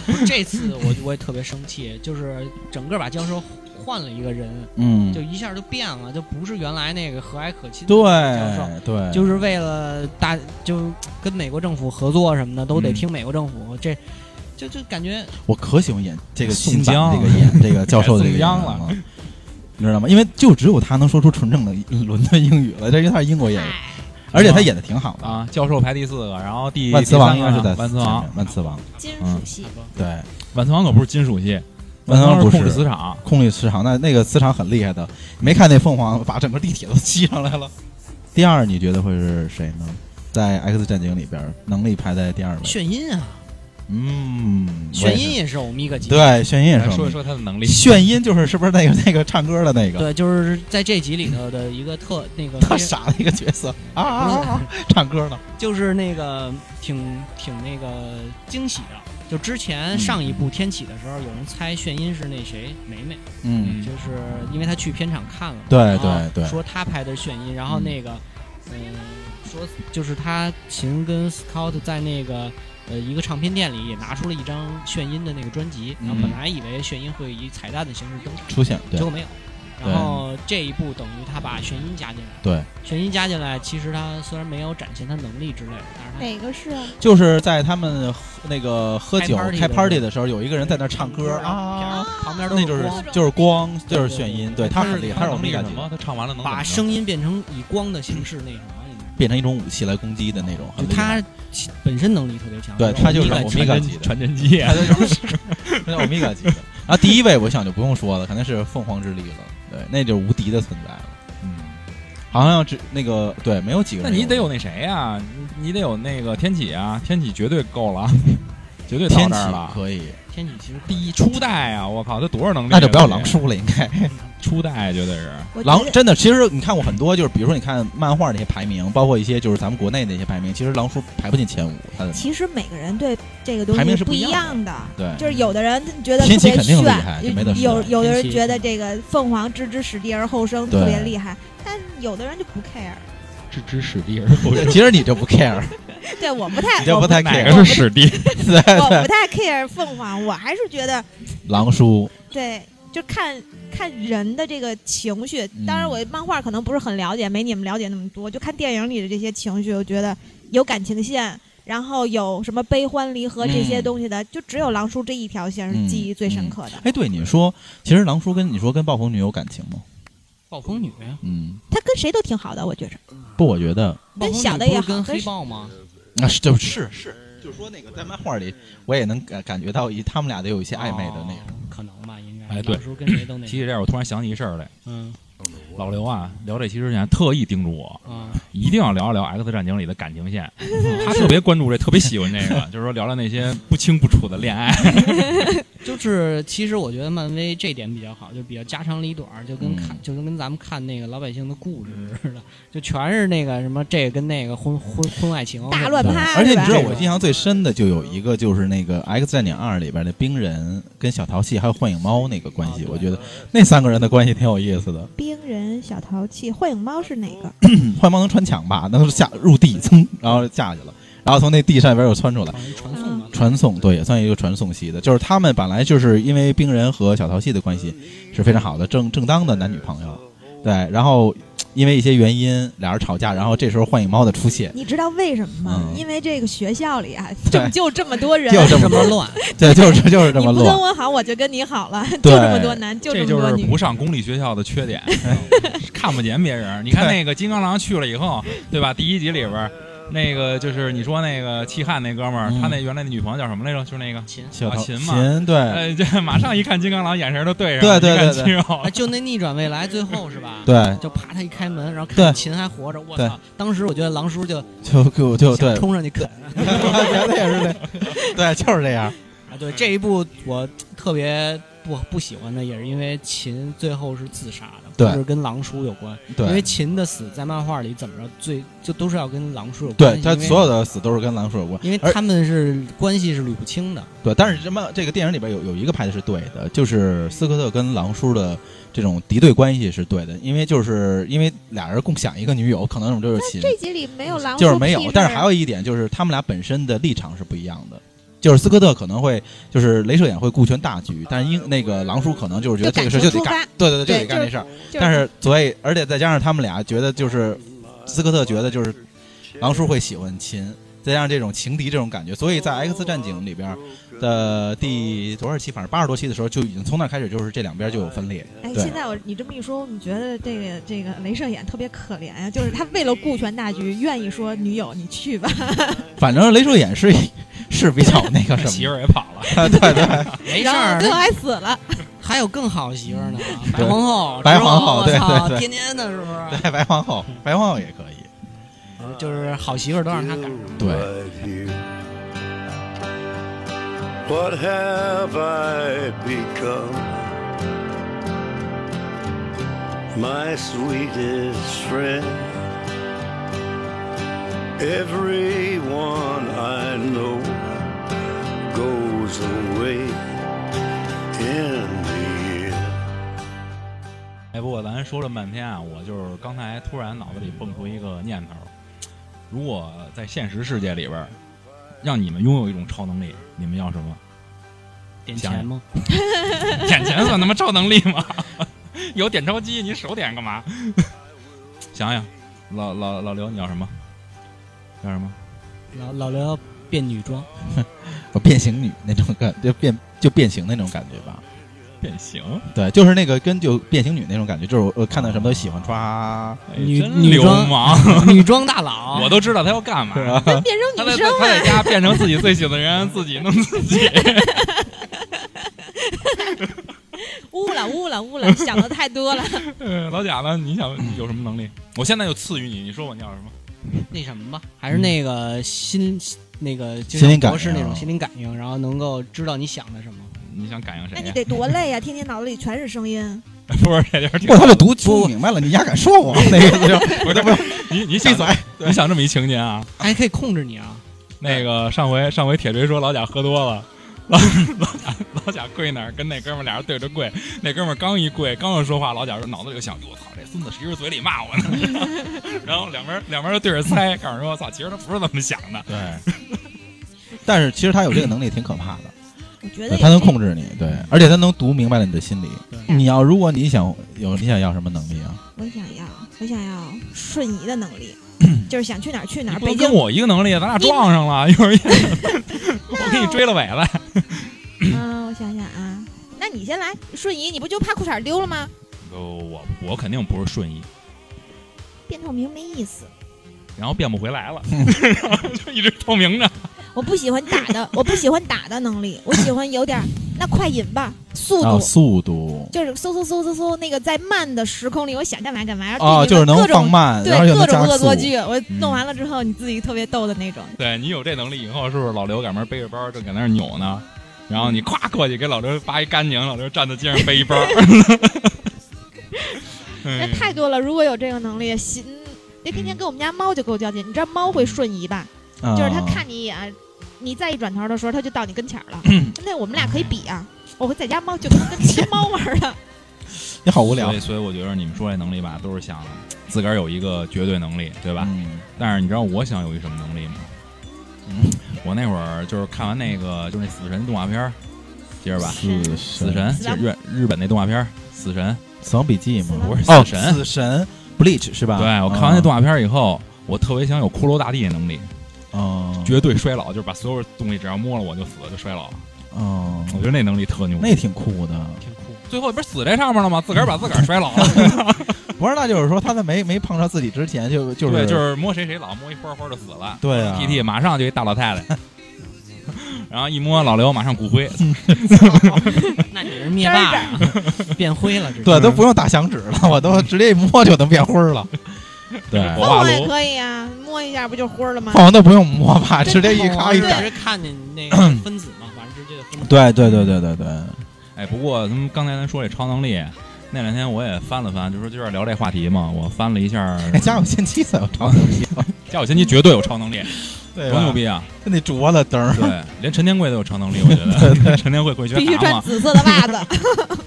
Speaker 5: 不是这次我我也特别生气，就是整个把教授换了一个人，
Speaker 6: 嗯
Speaker 5: 就，一下就变了，就不是原来那个和蔼可亲的教授。
Speaker 6: 对对，
Speaker 5: 就是为了大，就跟美国政府合作什么的，都得
Speaker 3: 嗯
Speaker 5: 听美国政府。这，就就感觉
Speaker 6: 我可喜欢演这个
Speaker 3: 宋
Speaker 6: 新版
Speaker 3: 江
Speaker 6: 这个演这个教授的这个
Speaker 3: 宋江
Speaker 6: 演员了，你知道吗？因为就只有他能说出纯正的伦敦英语了，这因为他是英国演员，
Speaker 2: 哎，
Speaker 6: 而且他演的挺好的。
Speaker 3: 啊，教授排第四个，然后第
Speaker 6: 万磁王
Speaker 3: 第
Speaker 6: 应
Speaker 3: 三
Speaker 6: 该
Speaker 3: 个
Speaker 6: 是在
Speaker 3: 万磁王
Speaker 6: 前，面万磁王
Speaker 2: 金属系，
Speaker 6: 对，
Speaker 3: 万磁王可不是金属系，
Speaker 6: 万磁王不
Speaker 3: 是控制
Speaker 6: 是
Speaker 3: 磁场，
Speaker 6: 空力磁场，那那个磁场很厉害的，你没看那凤凰把整个地铁都吸上来了。第二，你觉得会是谁呢？在 X 战警里边，能力排在第二位。
Speaker 5: 眩晕啊，
Speaker 6: 嗯，我也
Speaker 5: 眩
Speaker 6: 是
Speaker 5: 晕也是欧米伽级。
Speaker 6: 对，眩晕也是
Speaker 3: 来
Speaker 6: 我
Speaker 3: 说一
Speaker 6: 们。
Speaker 3: 说他的能力。
Speaker 6: 眩晕就是是不是那个 那个唱歌的那个？
Speaker 5: 对，就是在这集里头的一个特那 个，
Speaker 6: 特傻的一个角色啊啊啊啊！唱歌呢，
Speaker 5: 就是那个挺挺那个惊喜的。就之前
Speaker 6: 嗯
Speaker 5: 上一部《天启》的时候，有人猜眩晕是那谁梅梅，
Speaker 6: 嗯，啊
Speaker 5: 就是因为他去片场看了嘛，
Speaker 6: 对
Speaker 5: 然后
Speaker 6: 对对
Speaker 5: 说他拍的是眩晕，然后那个，嗯、说就是他秦跟 Scott 在那个呃一个唱片店里也拿出了一张眩晕的那个专辑，然后
Speaker 6: 嗯
Speaker 5: 本来以为眩晕会以彩蛋的形式登场，
Speaker 6: 出现对
Speaker 5: 结果没有。
Speaker 6: 对
Speaker 5: 然后这一步等于他把眩晕加进来，
Speaker 6: 对，
Speaker 5: 眩晕加进来，其实他虽然没有展现他能力之类的，但是
Speaker 2: 哪个是啊？
Speaker 6: 就是在他们喝那个喝酒开
Speaker 5: 开 party 的时候
Speaker 6: party 的时候，有一个
Speaker 5: 他
Speaker 6: 人在那儿唱歌
Speaker 5: 然后
Speaker 6: 啊，
Speaker 5: 旁边都
Speaker 6: 那就是
Speaker 5: 光，
Speaker 6: 就是光就是眩晕，对
Speaker 5: 对对
Speaker 6: 他很厉害，他是欧
Speaker 3: 能
Speaker 6: 米
Speaker 3: 力
Speaker 6: 伽
Speaker 3: 是什
Speaker 6: 级的
Speaker 3: 么？，他唱完了能
Speaker 5: 把声音变成以光的形式那什么，你知道吗
Speaker 6: 变成一种武器来攻击的那种，
Speaker 5: 就
Speaker 6: 很厉害
Speaker 5: 他其本身能力特别强，
Speaker 6: 对他就是
Speaker 5: 欧米
Speaker 6: 欧
Speaker 5: 伽
Speaker 6: 米
Speaker 5: 级
Speaker 6: 伽级的
Speaker 3: 传真传真 机，啊
Speaker 6: 他 就是他是欧米伽级的。然后第一位我想就不用说了，肯定是凤凰之力了，对，那就是无敌的存在了。
Speaker 3: 嗯，
Speaker 6: 好像只那个对，没有几个
Speaker 3: 那
Speaker 6: 人。
Speaker 3: 你得有那谁呀？你你得有那个天启啊，天启绝对 够了，绝对到
Speaker 6: 天
Speaker 3: 这儿
Speaker 6: 启
Speaker 3: 了。
Speaker 6: 可以，
Speaker 5: 天启其实可以
Speaker 3: 第一初代啊，我靠，他多少能力？
Speaker 6: 那就不要狼，叔了，应该。
Speaker 3: 初代绝对是。
Speaker 2: 我觉
Speaker 6: 狼
Speaker 2: 得
Speaker 6: 真的，其实你看过很多，就是比如说你看漫画那些排名，包括一些就是咱们国内的一些排名，其实狼叔排不进前五，他的
Speaker 2: 其实每个人对这个东
Speaker 6: 排名
Speaker 2: 西
Speaker 6: 是不
Speaker 2: 不
Speaker 6: 一
Speaker 2: 一
Speaker 6: 样
Speaker 2: 样的，
Speaker 6: 对，
Speaker 2: 就是有的人觉得
Speaker 6: 天启
Speaker 2: 特别
Speaker 6: 肯定
Speaker 2: 炫
Speaker 6: 厉害就没得，说
Speaker 2: 有有的人
Speaker 5: 天启
Speaker 2: 觉得这个凤凰置之死地而后生
Speaker 6: 对
Speaker 2: 特别厉害，但有的人就不 care。
Speaker 3: 置之死地而后
Speaker 6: 其实你就不 care，
Speaker 2: 对我不太
Speaker 6: 你这不太
Speaker 3: 哪
Speaker 6: care
Speaker 3: 个是史蒂？
Speaker 2: 我不太 care 凤凰，我还是觉得
Speaker 6: 狼叔，
Speaker 2: 对，就看看人的这个情绪。
Speaker 6: 嗯
Speaker 2: 当然，我漫画可能不是很了解，没你们了解那么多。就看电影里的这些情绪，我觉得有感情线，然后有什么悲欢离合这些
Speaker 6: 嗯
Speaker 2: 东西的，就只有狼叔这一条线
Speaker 6: 嗯
Speaker 2: 是记忆最深刻的。
Speaker 6: 哎，对，你说，其实狼叔跟你说跟暴风女有感情吗？
Speaker 5: 暴风女，
Speaker 6: 嗯，
Speaker 2: 他跟谁都挺好的，我觉着。
Speaker 6: 不，我觉得
Speaker 5: 暴风女
Speaker 2: 小的
Speaker 5: 不
Speaker 2: 也
Speaker 5: 是
Speaker 2: 好
Speaker 5: 跟
Speaker 2: 跟
Speaker 5: 黑
Speaker 2: 是
Speaker 5: 豹吗？
Speaker 6: 那是就是是，就是说那个在漫画里，我也能感感觉到一他们俩的有一些暧昧的那个。
Speaker 5: 哦可能吧，应该。
Speaker 3: 哎对
Speaker 5: 到时候跟谁都那
Speaker 3: 提
Speaker 5: 个，
Speaker 3: 起这儿，我突然想起一事儿来。
Speaker 5: 嗯
Speaker 3: 老刘啊，聊这期之前特意叮嘱我，
Speaker 5: 啊，
Speaker 3: 一定要聊一聊《X 战警》里的感情线。 他特别关注这，特别喜欢这个，就是说聊聊那些不清不楚的恋爱。
Speaker 5: 就是其实我觉得漫威这点比较好，就比较家长里短儿，就跟看、
Speaker 6: 嗯
Speaker 5: 就跟跟咱们看那个老百姓的故事似的，就全是那个什么这个跟那个婚婚婚外情
Speaker 2: 大乱趴
Speaker 6: 而且你知道
Speaker 5: 是吧
Speaker 6: 我印象最深的就有一个，就是那个《X 战警二》里边的冰人跟小淘气还有幻影猫那个关系，
Speaker 5: 啊对
Speaker 6: 我觉得那三个人的关系挺有意思的。
Speaker 2: 冰人、小淘气、幻影猫是哪个？
Speaker 6: 嗯幻影猫能穿墙吧？那都是下入地，噌，然后下去了，然后从那地上边又穿出来。
Speaker 5: 传传送啊嘛，
Speaker 6: 传送对，也算一个传送系的，就是他们本来就是因为冰人和小淘气的关系是非常好的，正正当的男女朋友，对，然后因为一些原因俩人吵架，然后这时候幻影猫的出现，
Speaker 2: 你知道为什么吗？
Speaker 6: 嗯
Speaker 2: 因为这个学校里啊，
Speaker 6: 对
Speaker 2: 就就这么多人，
Speaker 6: 就这么
Speaker 5: 这么
Speaker 6: 多，
Speaker 5: 乱，
Speaker 6: 对，就是就是这么
Speaker 2: 你不跟
Speaker 6: 乱，
Speaker 2: 我好，我就跟你 好了，就
Speaker 6: 对
Speaker 2: 这么多男，就
Speaker 3: 这
Speaker 2: 么
Speaker 3: 就
Speaker 2: 多
Speaker 3: 是
Speaker 2: 女
Speaker 3: 不。上公立学校的缺点，看不见别人。你看
Speaker 6: 对
Speaker 3: 那个金刚狼去了以后，对吧？第一集里边儿，那个就是你说那个气汉那哥们儿，
Speaker 6: 嗯
Speaker 3: 他那原来那女朋友叫什么来着？就是那个，
Speaker 5: 亲。
Speaker 6: 小
Speaker 3: 啊
Speaker 6: 淘
Speaker 3: 琴嘛
Speaker 6: 琴对
Speaker 3: 呃，这马上一看金刚狼眼神都对上
Speaker 6: 对
Speaker 3: 了，
Speaker 6: 对
Speaker 3: 一看
Speaker 6: 对对
Speaker 3: 肌肉
Speaker 5: 啊，就那逆转未来最后是吧？，
Speaker 6: 对，
Speaker 5: 就啪，他一开门，然后
Speaker 6: 对
Speaker 5: 看秦还活着，我
Speaker 6: 对
Speaker 5: 操！当时我觉得狼叔就
Speaker 6: 就就就对
Speaker 5: 想， 冲上去啃
Speaker 6: 我觉得也是这，对，就是这样，
Speaker 5: 啊。对这一部我特别不不喜欢的，也是因为秦最后是自杀
Speaker 6: 对
Speaker 5: 的，就是跟狼叔有关。 因为
Speaker 6: 对
Speaker 5: 秦的死在漫画里怎么着，最就都是要跟狼叔有关
Speaker 6: 对，
Speaker 5: 系。
Speaker 6: 他
Speaker 5: 因为
Speaker 6: 所有的死都是跟狼叔有关，
Speaker 5: 因为
Speaker 6: 而
Speaker 5: 他们是关系是捋不清的，
Speaker 6: 对，但是这么这个电影里边有有一个拍的是对的，就是斯科特跟狼叔的这种敌对关系是对的，因为就是因为俩人共享一个女友，可能我们就是亲，
Speaker 2: 这集里没有狼，
Speaker 6: 嗯就是没有。但是还有一点就是他们俩本身的立场是不一样的。就是斯科特可能会，就是镭射眼会顾全大局，但是英那个狼叔可能就是觉得这
Speaker 2: 就感
Speaker 6: 个事儿
Speaker 2: 情
Speaker 6: 就得
Speaker 2: 出
Speaker 6: 干
Speaker 2: 发，
Speaker 6: 对对对，就得
Speaker 2: 对
Speaker 6: 干
Speaker 2: 就
Speaker 6: 这事儿。
Speaker 2: 就
Speaker 6: 但是所以，而且再加上他们俩觉得就是斯科特觉得就是狼叔会喜欢秦，再加上这种情敌这种感觉，所以在《X 战警》里边的第多少期，反正八十多期的时候就已经从那开始就是这两边就有分裂。
Speaker 2: 哎，
Speaker 6: 对
Speaker 2: 现在我你这么一说，你觉得这个这个镭射眼特别可怜呀？就是他为了顾全大局，愿意说女友你去吧，
Speaker 6: 反正镭射眼是 是比较那 个什
Speaker 3: 媳妇
Speaker 6: 么，
Speaker 3: 儿也跑了。
Speaker 6: 啊对对，
Speaker 5: 没事
Speaker 2: 然后
Speaker 5: 儿
Speaker 2: 最，后还死 了。
Speaker 5: 还有更好的媳妇儿呢，白
Speaker 6: 对
Speaker 5: 皇后，
Speaker 6: 白皇后
Speaker 5: 之后我
Speaker 6: 对对
Speaker 5: 操
Speaker 6: 对
Speaker 5: 天天的是不
Speaker 6: 对哎白皇后，白皇后也可以。
Speaker 5: 是？就是好媳妇儿都让他赶上。
Speaker 6: 对
Speaker 4: Like you. What have I become? My sweetest friend. Everyone I know goes away in the end.
Speaker 3: 哎，不过咱说了半天啊，我就是刚才突然脑子里蹦出一个念头儿：如果在现实世界里边儿，让你们拥有一种超能力，你们要什么？
Speaker 5: 点
Speaker 3: 想
Speaker 5: 钱吗？
Speaker 3: 点钱算他妈超能力吗？ 有点钞机，你手点干嘛？ 想想，老老老刘，你要什么？要什么？
Speaker 5: 老老刘要变 女装，
Speaker 6: 我变形女那种感，就变就变形那种感觉吧。
Speaker 3: 变形？
Speaker 6: 对，就是那个跟就变形女那种感觉，就是我我看到什么都喜欢刷。
Speaker 3: 哎
Speaker 5: 啊女
Speaker 3: 真
Speaker 5: 女
Speaker 3: 流
Speaker 5: 装啊
Speaker 3: 氓！
Speaker 5: 女装大佬，
Speaker 3: 我都知道他要干嘛。
Speaker 2: 那变
Speaker 3: 他
Speaker 2: 成女
Speaker 3: 在
Speaker 2: 生
Speaker 3: 他在
Speaker 2: 了，
Speaker 3: 家变成自己最喜欢的人，自己弄自己。
Speaker 2: 污了污了污了，想的太 多
Speaker 6: 哎
Speaker 2: 了。
Speaker 3: 呃老贾呢？你想有什么能力？我现在就赐予你，你说我你要什么？
Speaker 5: 那什么吧，还是那个心那个就
Speaker 6: 心灵
Speaker 5: 像
Speaker 6: 感
Speaker 5: 博士
Speaker 6: 应啊
Speaker 5: 那种心灵感应，然后能够知道你想的什么。
Speaker 3: 你想感应
Speaker 2: 那
Speaker 3: 谁
Speaker 2: 你
Speaker 3: 呀？
Speaker 2: 得多累啊呀，天天脑子里全是声音。
Speaker 3: 不是这就是挺
Speaker 6: 我他就读读明白了，你丫敢说我 那个就
Speaker 3: 不是不是你你想
Speaker 6: 闭嘴。
Speaker 3: 你想这么一情节啊？
Speaker 5: 还可以控制你啊！
Speaker 3: 那个上回上回铁锤说老贾喝多了， 老贾跪那儿跟那哥们儿俩人对着跪，那哥们儿刚一跪，刚要说话，老贾说脑子里就想，我操，这孙子媳妇嘴里骂我呢。然后两边两边就对着猜，告诉说，我操，其实他不是这么想的。
Speaker 6: 对。但是其实他有这个能力挺可怕的，
Speaker 2: 我觉
Speaker 6: 对
Speaker 2: 得
Speaker 6: 他能
Speaker 2: 有这
Speaker 6: 控制你，对，而且他能读明白了你的心理。你要如果你想有你想要什么能力啊？
Speaker 2: 我想要，我想要瞬移的能 力，就是想去哪儿去哪
Speaker 3: 你
Speaker 2: 儿。
Speaker 3: 不
Speaker 2: 北
Speaker 3: 能
Speaker 2: 京
Speaker 3: 跟，我一个能力，咱俩撞上了，一会儿一我给你追了尾 了。
Speaker 2: 嗯，我想想啊，那你先来，瞬移，你不就怕裤衩丢了吗？
Speaker 3: 呃我我肯定不是瞬移，
Speaker 2: 变透明没意思，
Speaker 3: 然后变不回来 了，然后就一直透明着。
Speaker 2: 我不喜欢打的，我不喜欢打的能力，我喜欢有点儿那快饮吧，速
Speaker 6: 啊，
Speaker 2: 度。
Speaker 6: 速度
Speaker 2: 就是嗖嗖嗖嗖嗖，那个在慢的时空里，我想干嘛干嘛，然后
Speaker 6: 啊，
Speaker 2: 对你
Speaker 6: 就是能
Speaker 2: 各
Speaker 6: 放
Speaker 2: 种
Speaker 6: 慢，
Speaker 2: 对
Speaker 6: 然后又能
Speaker 2: 各种
Speaker 6: 加
Speaker 2: 恶
Speaker 6: 速
Speaker 2: 作。剧，我
Speaker 6: 嗯
Speaker 2: 弄完了之后你自己特别逗的那种。
Speaker 3: 对你有这能力以后，是不是老刘赶明儿背着包正搁那儿扭呢？然后你咵过去给老刘扒一干净，老刘站在街上背一包。
Speaker 2: 那
Speaker 3: 嗯
Speaker 2: 太多了，如果有这个能力，行，那天天
Speaker 6: 嗯
Speaker 2: 跟我们家猫就够较劲。你知道猫会瞬移吧？就是它
Speaker 6: 啊
Speaker 2: 看你一眼，你再一转头的时候，它就到你跟前儿 了。那我们俩可以比啊！我会在家猫 就跟跟跟猫玩儿的，啊
Speaker 6: 你好无聊
Speaker 3: 所以，所以我觉得你们说这能力吧，都是想自个儿有一个绝对能力，对吧？
Speaker 6: 嗯
Speaker 3: 但是你知道我想有一什么能力吗？
Speaker 6: 嗯
Speaker 3: 我那会儿就是看完那个就是那死神动画片儿，记着吧，
Speaker 6: 死
Speaker 3: 死神，
Speaker 2: 死
Speaker 3: 就
Speaker 2: 亡
Speaker 3: 日日本那动画片儿，死神，
Speaker 6: 死亡笔记吗？
Speaker 3: 不是
Speaker 6: 哦，
Speaker 3: 死神。
Speaker 6: 死嗯神 Bleach 是吧？哦
Speaker 3: 对我看完那动
Speaker 6: 段，
Speaker 3: 画片儿以后，我特别想有骷髅大帝的能力，
Speaker 6: 哦
Speaker 3: 绝对衰老，就是把所有东西只要摸了我就死，就衰老。
Speaker 6: 哦，
Speaker 3: 我觉得那能力特牛逼。
Speaker 6: 那挺酷的。
Speaker 5: 挺 酷。
Speaker 3: 最后不是死在上面了吗？自个儿把自个儿摔老了。
Speaker 6: 不是，那就是说他在没没碰上自己之前就就是
Speaker 3: 对， 就是摸谁谁老，摸一花花就死了。
Speaker 6: 对啊
Speaker 3: PT 马上就一大老太太， 然后一摸老刘马上骨 灰，
Speaker 5: 那你是灭霸呀，变灰了，这是
Speaker 6: 对，都不用打响指了， 我都直接一摸就能变灰儿
Speaker 3: 嗯
Speaker 6: 了。对，
Speaker 3: 火
Speaker 2: 碰
Speaker 3: 化
Speaker 2: 碰也
Speaker 3: 炉。
Speaker 2: 可以啊，摸一下不就灰儿了吗？
Speaker 6: 凤凰都不用摸吧，直接一
Speaker 5: 跟
Speaker 6: 咔
Speaker 5: 我
Speaker 6: 一
Speaker 5: 当
Speaker 6: 打。
Speaker 5: 时看见那个分子 嘛，反正直接就分子。
Speaker 6: 对对对对对对，
Speaker 3: 哎，不过咱们刚才咱说这超能力，那两天我也翻了翻，就说今儿聊这话题嘛，我翻了一 下，
Speaker 6: 哎家有仙妻才有超能力，
Speaker 3: 家有仙妻绝对有超能力，
Speaker 6: 对
Speaker 3: 多
Speaker 6: 吧
Speaker 3: 牛！逼啊！
Speaker 6: 就那主播的灯儿，
Speaker 3: 对，连陈天贵都有超能力，我觉 得陈天贵会学
Speaker 2: 必须
Speaker 3: 蛤
Speaker 2: 穿
Speaker 3: 蟆。
Speaker 2: 紫色的袜子，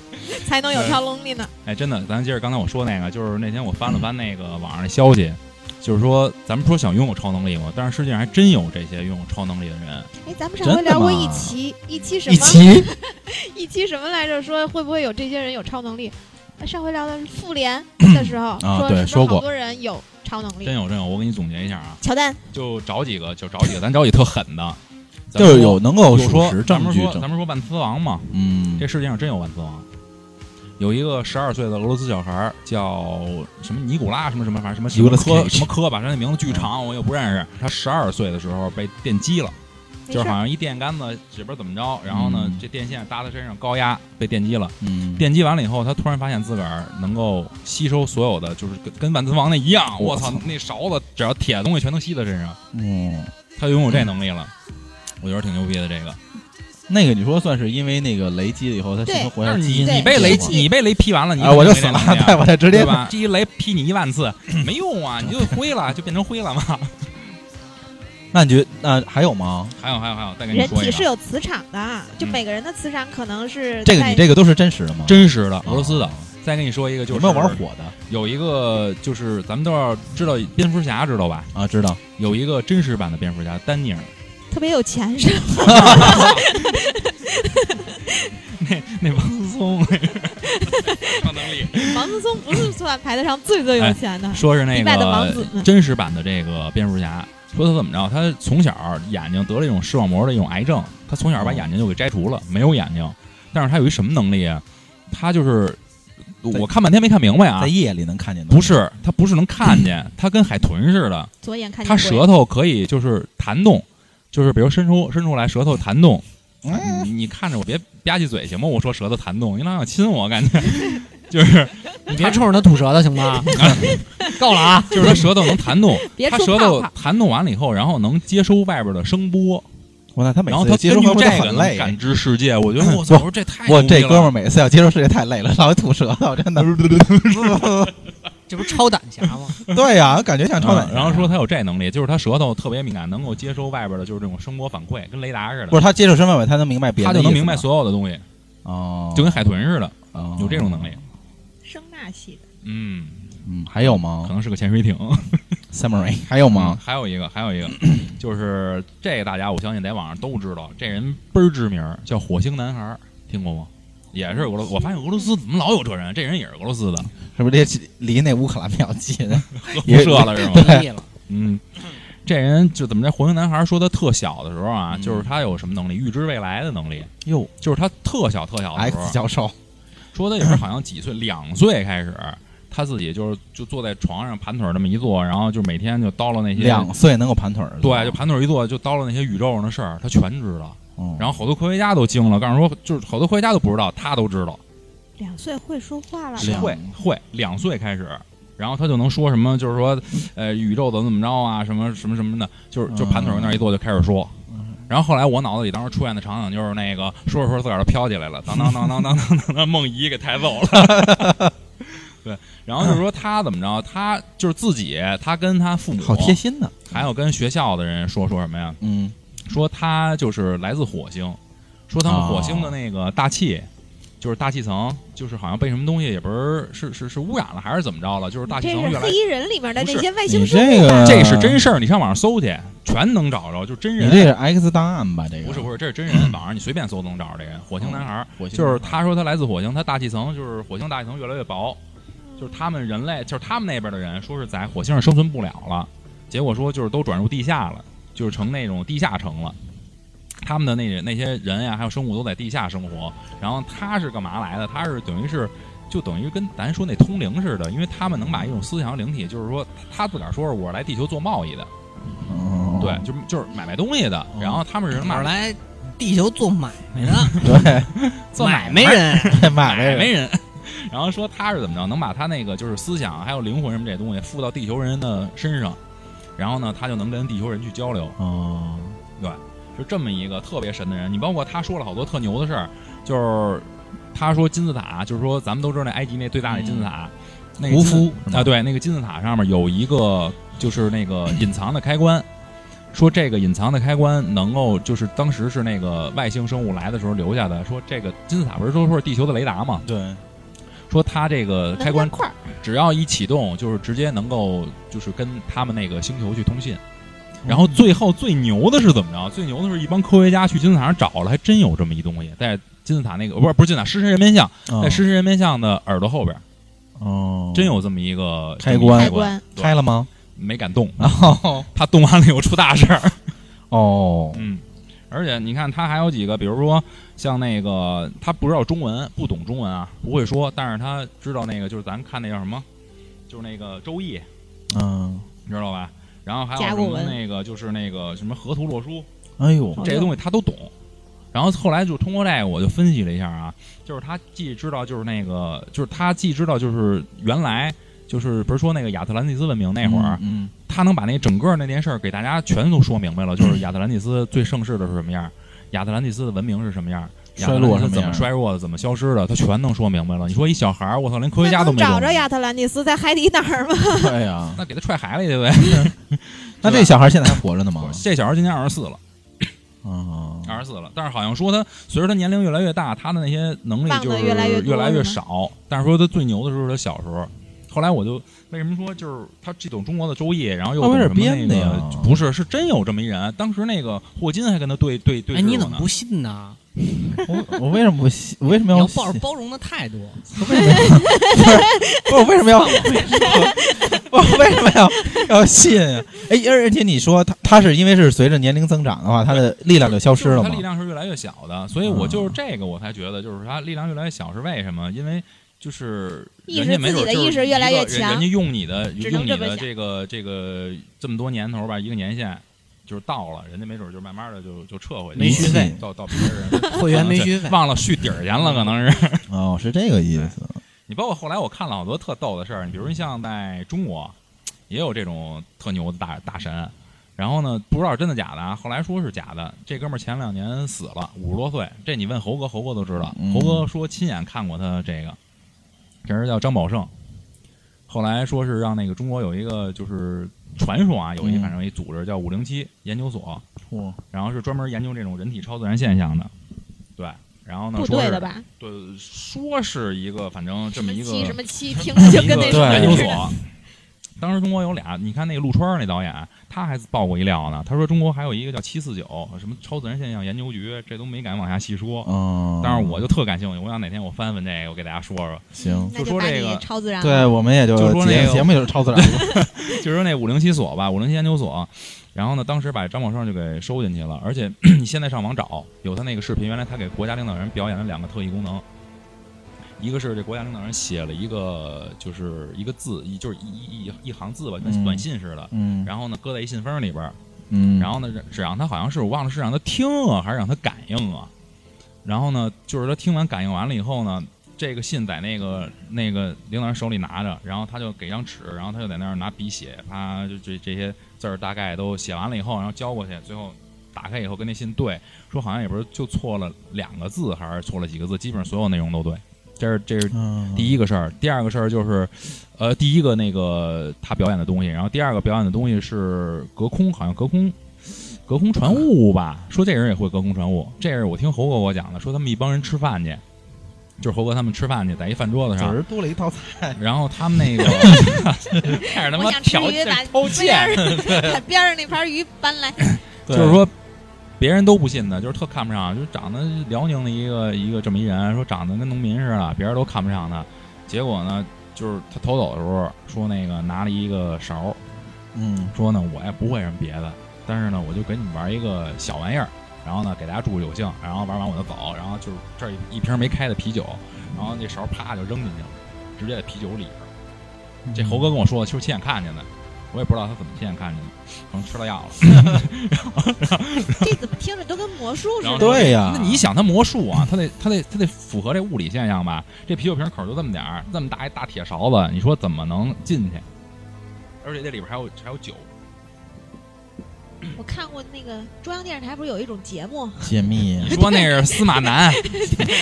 Speaker 2: 才能有超能力呢。
Speaker 3: 哎，真的，咱接着刚才我说那个，就是那天我翻了翻那个网上的消息，就是说咱们说想拥有超能力嘛，但是世界上还真有这些拥有超能力的人。
Speaker 2: 哎，咱们上回
Speaker 6: 真的
Speaker 2: 聊过
Speaker 6: 吗
Speaker 2: 一期，一期什
Speaker 6: 一
Speaker 2: 么？
Speaker 6: 骑
Speaker 2: 一期什么来着？说会不会有这些人有超能力？呃上回聊的是复 联的时候，
Speaker 6: 啊
Speaker 2: 说
Speaker 6: 对
Speaker 2: 是不是
Speaker 6: 说过
Speaker 2: 好多人有超能
Speaker 3: 真
Speaker 2: 力。
Speaker 3: 有真有，我给你总结一下啊，
Speaker 2: 乔丹，
Speaker 3: 就找几个，就找几个，咱找几个特狠的，咱
Speaker 6: 就
Speaker 3: 们
Speaker 6: 是
Speaker 3: 说
Speaker 6: 有能够
Speaker 3: 有
Speaker 6: 属
Speaker 3: 说
Speaker 6: 实
Speaker 3: 咱
Speaker 6: 证
Speaker 3: 们
Speaker 6: 据
Speaker 3: 说
Speaker 6: 证
Speaker 3: 咱，们说万磁王嘛，
Speaker 6: 嗯
Speaker 3: 这，世界上真有万磁王。有一个十二岁的俄罗斯小孩儿叫什么尼古拉什么什么，反正什么什么
Speaker 6: Nicolas
Speaker 3: 科
Speaker 6: Cage
Speaker 3: 什么科吧，他那名字巨长，我也不认识。他十二岁的时候被电击了，
Speaker 2: 没
Speaker 3: 就是
Speaker 2: 事
Speaker 3: 好
Speaker 2: 儿
Speaker 3: 像一电杆子指不知道怎么着，然后呢
Speaker 6: 嗯
Speaker 3: 这电线搭他身上高压被电击了。
Speaker 6: 嗯，
Speaker 3: 电击完了以后，他突然发现自个儿能够吸收所有的，就是跟跟万磁王那一样，我操
Speaker 6: 我操，
Speaker 3: 那勺子只要铁的东西全都吸在身上。
Speaker 6: 嗯，
Speaker 3: 他拥有这能力了，我觉得挺牛逼的。这个，
Speaker 6: 那个你说算是因为那个雷击了以后，他生存活下
Speaker 3: 但
Speaker 6: 来
Speaker 3: 是
Speaker 6: 基因变
Speaker 3: 你你
Speaker 6: 化，
Speaker 3: 被雷
Speaker 2: 对
Speaker 3: 你被雷劈完了，你
Speaker 6: 啊，我就死
Speaker 3: 肯定没
Speaker 6: 了
Speaker 3: 这能力，
Speaker 6: 对，我就直接
Speaker 3: 对吧？这一雷劈你一万次没用啊，你就灰了，就变成灰了嘛。
Speaker 6: 那你觉得那还有吗？
Speaker 3: 还有还有还有，再给你
Speaker 2: 人
Speaker 3: 说一嗯
Speaker 2: 体是
Speaker 3: 个
Speaker 2: 有磁场的，就每个人的磁场可能是
Speaker 6: 这个你
Speaker 2: 在
Speaker 6: 这个都是真实的吗？
Speaker 3: 真实的俄罗斯的。再跟你说一个，就
Speaker 6: 有
Speaker 3: 是
Speaker 6: 啊没有玩火的
Speaker 3: 有一个就是咱们都要知道蝙蝠侠，知道吧？
Speaker 6: 啊？知道，
Speaker 3: 有一个真实版的蝙蝠侠丹尼尔，
Speaker 2: 特别有钱是吧？
Speaker 3: 那那王思 聪，超能力，
Speaker 2: 王思聪不是算排得上最最有钱的，
Speaker 3: 哎说是那
Speaker 2: 迪拜的王
Speaker 3: 个
Speaker 2: 子呢
Speaker 3: 真实版的这个蝙蝠侠，说他怎么着，他从小眼睛得了一种视网膜的一种癌症，他从小把眼睛就给摘除了，没有眼睛，但是他有一什么能力啊？他就是我看半天没看明白啊
Speaker 6: 在，夜里能看见的，
Speaker 3: 不是他不是能看 见，他跟海豚似的，
Speaker 2: 左眼看
Speaker 3: 他
Speaker 2: 见
Speaker 3: 舌
Speaker 2: 鬼，
Speaker 3: 头可以就是弹动，就是比如伸出伸出来舌头弹动，
Speaker 2: 哎
Speaker 6: 嗯，
Speaker 3: 你你看着我别吧唧嘴行吗？我说舌头弹动，你老想亲我感觉，就是
Speaker 5: 你别冲着他吐舌头行 吗？够了啊！
Speaker 3: 就是他舌头能弹动。
Speaker 2: 别
Speaker 3: 他
Speaker 2: 出
Speaker 3: 舌
Speaker 2: 泡
Speaker 3: 头
Speaker 2: 泡。
Speaker 3: 弹动完了以后，然后能接收外边的声波，
Speaker 6: 我那他每
Speaker 3: 然后
Speaker 6: 次
Speaker 3: 他
Speaker 6: 接触
Speaker 3: 根
Speaker 6: 会
Speaker 3: 据
Speaker 6: 不会
Speaker 3: 这个
Speaker 6: 很
Speaker 3: 能
Speaker 6: 累？啊
Speaker 3: 感知世界。我觉 得我操，我说这太
Speaker 6: 我
Speaker 3: 牛
Speaker 6: 这
Speaker 3: 逼了啊
Speaker 6: 哥们儿每次要接触世界太累了，老吐舌头，真的。
Speaker 5: 这不是超胆侠 吗？
Speaker 6: 对呀、感觉像超胆、
Speaker 3: 嗯然后说他有这能力，就是他舌头特别敏感，能够接收外边的，就是这种声波反馈，跟雷达似
Speaker 6: 不
Speaker 3: 的，
Speaker 6: 是他接受身份外，他能明白别人
Speaker 3: 他
Speaker 6: 的
Speaker 3: 就能
Speaker 6: 意思
Speaker 3: 明白
Speaker 6: 吗
Speaker 3: 所有的东西，
Speaker 6: 哦，
Speaker 3: 就跟海豚似的，
Speaker 6: 哦
Speaker 3: 有这种能力。
Speaker 2: 声纳系的，
Speaker 3: 嗯，
Speaker 6: 嗯，还有
Speaker 3: 可
Speaker 6: 吗
Speaker 3: 能是个潜水艇。
Speaker 6: ？Summary 还有
Speaker 3: 嗯，
Speaker 6: 吗？
Speaker 3: 还有一个，还有一个， 就是这个大家我相信在网上都知道，这人倍儿知名儿，叫火星男孩儿，听过吗？也是俄罗，我发现俄罗斯怎么老有这人？这人也是俄罗 斯的，
Speaker 6: 是不是这离那乌克兰比较 近？
Speaker 3: 核
Speaker 6: 也
Speaker 3: 辐 射了是吗？
Speaker 5: 同意了，
Speaker 3: 嗯，这人就怎么着？火星男孩儿说他特小的时候啊，
Speaker 6: 嗯
Speaker 3: 就是他有什么能力？预知未来的能力，
Speaker 6: 哟
Speaker 3: 就是他特小特小的时 候啊
Speaker 6: ，X 教授，
Speaker 3: 说他也是好像几岁，两岁开始，他自己就是就坐在床上盘腿儿那么一坐，然后就每天就叨唠那些
Speaker 6: 两岁能够盘腿儿了，
Speaker 3: 对，就盘腿儿一坐就叨唠那些宇宙上的事儿，他全知道。
Speaker 6: 嗯，
Speaker 3: 然后好多科学家都惊了，告诉说就是好多科学家都不知道，他都知道，
Speaker 2: 两岁会说话了
Speaker 6: 是两
Speaker 2: 吗？
Speaker 3: 会会两岁开始。然后他就能说什么，就是说，呃，宇宙怎么怎么着啊，什么什么什么的，就是就盘腿儿往那儿一坐就开始说。
Speaker 6: 嗯
Speaker 3: 然后后来我脑子里当时出现的场景就是那个说着说着自个儿就飘起来了，当当当当当当当当，梦遗给抬走了。 对，然后就是说他怎么着，他就是自己，他跟他父母，
Speaker 6: 好贴心呢，
Speaker 3: 还有跟学校的人说说什么呀？
Speaker 6: 嗯，
Speaker 3: 说他就是来自火星，说他们火星的那个大气，就是大气层，就是好像被什么东西也不是是是是污染了还是怎么着了，就是大
Speaker 2: 这
Speaker 3: 气层
Speaker 2: 是
Speaker 3: 越来
Speaker 2: 黑。衣人里面的
Speaker 3: 不
Speaker 2: 那
Speaker 3: 是
Speaker 2: 些外星
Speaker 6: 你
Speaker 2: 生物。
Speaker 6: 这个
Speaker 3: 这是真事儿，你上网上搜去，全能找着，就真
Speaker 6: 你这
Speaker 3: 人。
Speaker 6: 是 X 档案吧？这个
Speaker 3: 不是不是，这是真人，网上你随便搜都能找着这人。火星男孩儿，
Speaker 6: 我觉得
Speaker 3: 就是他说他来自火星，他大气层就是火星大气层越来越薄，就是他们人类，就是他们那边的人说是在火星上生存不了了，结果说就是都转入地下了，就是成那种地下城了。他们的那那些人啊呀、还有生物都在地下生活。然后他是干嘛来的？他是等于是就等于跟咱说那通灵似的，因为他们能把一种思想灵体，就是说他自个儿说是我是来地球做贸易的，
Speaker 6: 哦
Speaker 3: 对，就是就是买卖东西的。然后他们是干
Speaker 5: 哪
Speaker 3: 嘛
Speaker 5: 儿来地球做买卖的？
Speaker 6: 对
Speaker 5: 做买
Speaker 3: 卖
Speaker 5: 卖人，
Speaker 6: 对，买
Speaker 3: 买
Speaker 6: 卖
Speaker 3: 没人。 然后说他是怎么着，能把他那个就是思想还有灵魂什么这东西附到地球人的身上，然后呢，他就能跟地球人去交流，
Speaker 6: 哦，
Speaker 3: 是这么一个特别神的人。你包括他说了好多特牛的事儿，就是他说金字塔，就是说咱们都知道那埃及那最大那金字塔，那
Speaker 6: 嗯
Speaker 3: 个
Speaker 6: 胡
Speaker 3: 金
Speaker 6: 夫是吗
Speaker 3: 啊，对，那个金字塔上面有一个就是那个隐藏的开关，说这个隐藏的开关能够就是当时是那个外星生物来的时候留下的，说这个金字塔不是都说是地球的雷达吗？
Speaker 6: 对，
Speaker 3: 说它这个开
Speaker 2: 能
Speaker 3: 关
Speaker 2: 量块儿
Speaker 3: 只要一启动，就是直接能够就是跟他们那个星球去通信。然后最后最牛的是怎么着？最牛的是一帮科学家去金字塔上找了，还真有这么一东西，在金字塔那个不是不是金字塔狮身人面像，在狮身人面像的耳朵后边，
Speaker 6: 嗯哦，
Speaker 3: 真有这么一个
Speaker 6: 开
Speaker 3: 这么一
Speaker 6: 关
Speaker 3: 个
Speaker 2: 开
Speaker 3: 开关，
Speaker 2: 关，
Speaker 3: 对
Speaker 6: 开了吗？
Speaker 3: 没敢动，
Speaker 6: 哦
Speaker 3: 他动完了又出大事儿。
Speaker 6: 哦，
Speaker 3: 嗯，而且你看他还有几个，比如说像那个他不知道中文，不懂中文啊，不会说，但是他知道那个就是咱看那叫什么，就是那个《周易》，
Speaker 6: 嗯，
Speaker 3: 你知道吧？然后还有
Speaker 2: 甲
Speaker 3: 什
Speaker 2: 骨
Speaker 3: 么
Speaker 2: 文
Speaker 3: 那个就是那个什么河图洛书
Speaker 6: 哎呦，
Speaker 2: 哦
Speaker 3: 这些东西他都懂。然后后来就通过这个，我就分析了一下啊，就是他既知道就是那个，就是他既知道就是原来就是不是说那个亚特兰蒂斯文明那会儿，
Speaker 6: 嗯，
Speaker 3: 他能把那整个那件事儿给大家全都说明白了，就是亚特兰蒂斯最盛世的是什么样，亚特兰蒂斯的文明是什么样，亚特兰蒂
Speaker 6: 衰落
Speaker 3: 斯
Speaker 6: 什么
Speaker 3: 怎
Speaker 6: 样
Speaker 3: 么衰弱的，怎么消失的，他全能说明白了。你说一小孩儿，我操，连科学家
Speaker 2: 那
Speaker 3: 都
Speaker 2: 能
Speaker 3: 没
Speaker 2: 找
Speaker 3: 懂
Speaker 2: 着，亚特兰蒂斯在海底哪儿吗？
Speaker 6: 嗯 对呀，
Speaker 3: 那给他踹海里去呗。
Speaker 6: 那这小孩现在还活着呢吗？
Speaker 3: 这小孩儿今年二十四了。
Speaker 6: 啊，
Speaker 3: 二十四了，但是好像说他随着他年龄越来越大，他的那些能力
Speaker 2: 棒的
Speaker 3: 就是
Speaker 2: 越来越多
Speaker 3: 越
Speaker 2: 是吗
Speaker 3: 少。但是说他最牛的时候是他小时候。后来我就为什么说就是他既懂中国的《周易》，然后又
Speaker 6: 他
Speaker 3: 懂
Speaker 6: 不是
Speaker 3: 什么那
Speaker 6: 编的呀
Speaker 3: 个不是是真有这么一人。啊当时那个霍金还跟他对对对
Speaker 5: 哎，
Speaker 3: 峙
Speaker 5: 你
Speaker 3: 过
Speaker 5: 怎么
Speaker 3: 呢
Speaker 5: 不信呢？
Speaker 6: 我我为什么不信？我为什么
Speaker 5: 你
Speaker 6: 要
Speaker 5: 要
Speaker 6: 信
Speaker 5: 抱着包容的态度，
Speaker 6: 不是我为什么要？我为什么要要信啊？哎，而而且你说他他是因为是随着年龄增长的话，他的力量就消失了
Speaker 3: 他
Speaker 6: 吗嗯
Speaker 3: 力？量是越来越小的，所以我就是这个我才觉得，就是他力量越来越小是为什么？因为就是
Speaker 2: 意
Speaker 3: 人
Speaker 2: 识
Speaker 3: 家没
Speaker 2: 自
Speaker 3: 准
Speaker 2: 己的
Speaker 3: 就是
Speaker 2: 意识越来
Speaker 3: 一个
Speaker 2: 越
Speaker 3: 人
Speaker 2: 强
Speaker 3: 人家用你的
Speaker 2: 只能
Speaker 3: 用你
Speaker 2: 这么
Speaker 3: 的
Speaker 2: 想
Speaker 3: 这个这个这么多年头吧，一个年限就是到了，人家没准就慢慢的就就撤回去了，
Speaker 5: 没续费
Speaker 3: 到到别 人
Speaker 5: 会员没续
Speaker 3: 可能
Speaker 5: 费
Speaker 3: 对。忘了续底儿钱了，可能是。
Speaker 6: 哦，是这个意思。
Speaker 3: 你包括后来我看了好多特逗的事儿，你比如像在中国也有这种特牛的大大神。然后呢，不知道是真的假的啊。后来说是假的，这哥们儿前两年死了，五十多岁。这你问猴哥，猴哥都知道。
Speaker 6: 嗯
Speaker 3: 猴哥说亲眼看过他这个，这人叫张宝胜。后来说是让那个中国有一个就是传说啊，有一
Speaker 6: 嗯
Speaker 3: 反正一组织叫五零七研究所，
Speaker 6: 哦，
Speaker 3: 然后是专门研究这种人体超自然现象的，对。然后呢，
Speaker 2: 部
Speaker 3: 嗯说
Speaker 2: 队
Speaker 3: 是
Speaker 2: 的吧？
Speaker 3: 对，呃说是一个反正这么一个
Speaker 2: 七什么七，听着就跟那
Speaker 3: 一个研
Speaker 2: 什
Speaker 3: 究
Speaker 2: 么似的。
Speaker 3: 所。当时中国有俩，你看那个陆川那导演，他还爆过一料呢。他说中国还有一个叫七四九，什么超自然现象研究局，这都没敢往下细说。
Speaker 6: 嗯，
Speaker 3: 但是我就特感兴趣，我想哪天我翻翻这个，我给大家说说。
Speaker 6: 行，
Speaker 2: 那
Speaker 3: 就说
Speaker 2: 把
Speaker 3: 这个
Speaker 2: 你超自然
Speaker 6: 对，我们也就
Speaker 3: 就说那
Speaker 6: 节
Speaker 3: 个
Speaker 6: 节目就是超 自然了，
Speaker 3: 就说那五零七所吧，五零七研究所，然后呢，当时把张宝胜就给收进去了，而且 你现在上网找有他那个视频，原来他给国家领导人表演了两个特异功能，一个是这国家领导人写了一个就是一个字，一就是一一一一行字吧，跟
Speaker 6: 嗯
Speaker 3: 短信似的，
Speaker 6: 嗯
Speaker 3: 然后呢搁在一信封里边儿，
Speaker 6: 嗯，
Speaker 3: 然后呢只让他好像是我忘了是让他听啊，还是让他感应啊，然后呢就是他听完感应完了以后呢。这个信在那个那个领导人手里拿着，然后他就给张纸，然后他就在那儿拿笔写，啪，就这这些字儿大概都写完了以后，然后交过去，最后打开以后跟那信对，说好像也不是就错了两个字，还是错了几个字，基本上所有内容都对。这是这是
Speaker 6: 嗯，
Speaker 3: 第
Speaker 6: 一
Speaker 3: 一个事儿，第二个事儿就是，呃，第一个那个他表演的东西，然后第二个表演的东西是隔空，好像隔空，隔空传物吧？说这人也会隔空传物，这是我听猴哥给我讲的，说他们一帮人吃饭去，就是猴哥他们吃饭去，在一饭桌子
Speaker 6: 只
Speaker 3: 上，
Speaker 6: 是多了一道菜，
Speaker 3: 然后他们那个 开始他妈
Speaker 2: 我想吃
Speaker 3: 挑
Speaker 2: 鱼，把
Speaker 3: 偷窃，
Speaker 2: 边 儿把边上那盘鱼搬 来。
Speaker 3: 就是说别人都不信的，就是特看不上，就是长得辽宁的一个一个这么一人，说长得跟农民似的，别人都看不上他。结果呢，就是他偷走的时候说那个拿了一个勺，
Speaker 6: 嗯，
Speaker 3: 说呢我也不会什么别的，但是呢我就给你们玩一个小玩意儿，然后呢给大家助助有兴，然后玩完我就走，然后就是这儿一瓶没开的啤酒，然后那勺啪就扔进去了，直接在啤酒里边儿。这猴哥跟我说的，就是亲眼看见的，我也不知道他怎么亲眼看见的，可能吃了药了。
Speaker 2: 这怎么听着都跟魔术似
Speaker 3: 然后
Speaker 2: 的？
Speaker 6: 对呀，
Speaker 3: 那你想，它魔术啊，它得它得它得符合这物理现象吧？这啤酒瓶口就这么点儿，这么大一大铁勺子，你说怎么能进去？而且这里边还有还有酒，
Speaker 2: 我看过那个中央电视台，不是有一种节 目，
Speaker 6: 解密啊
Speaker 3: 你说那是司马南，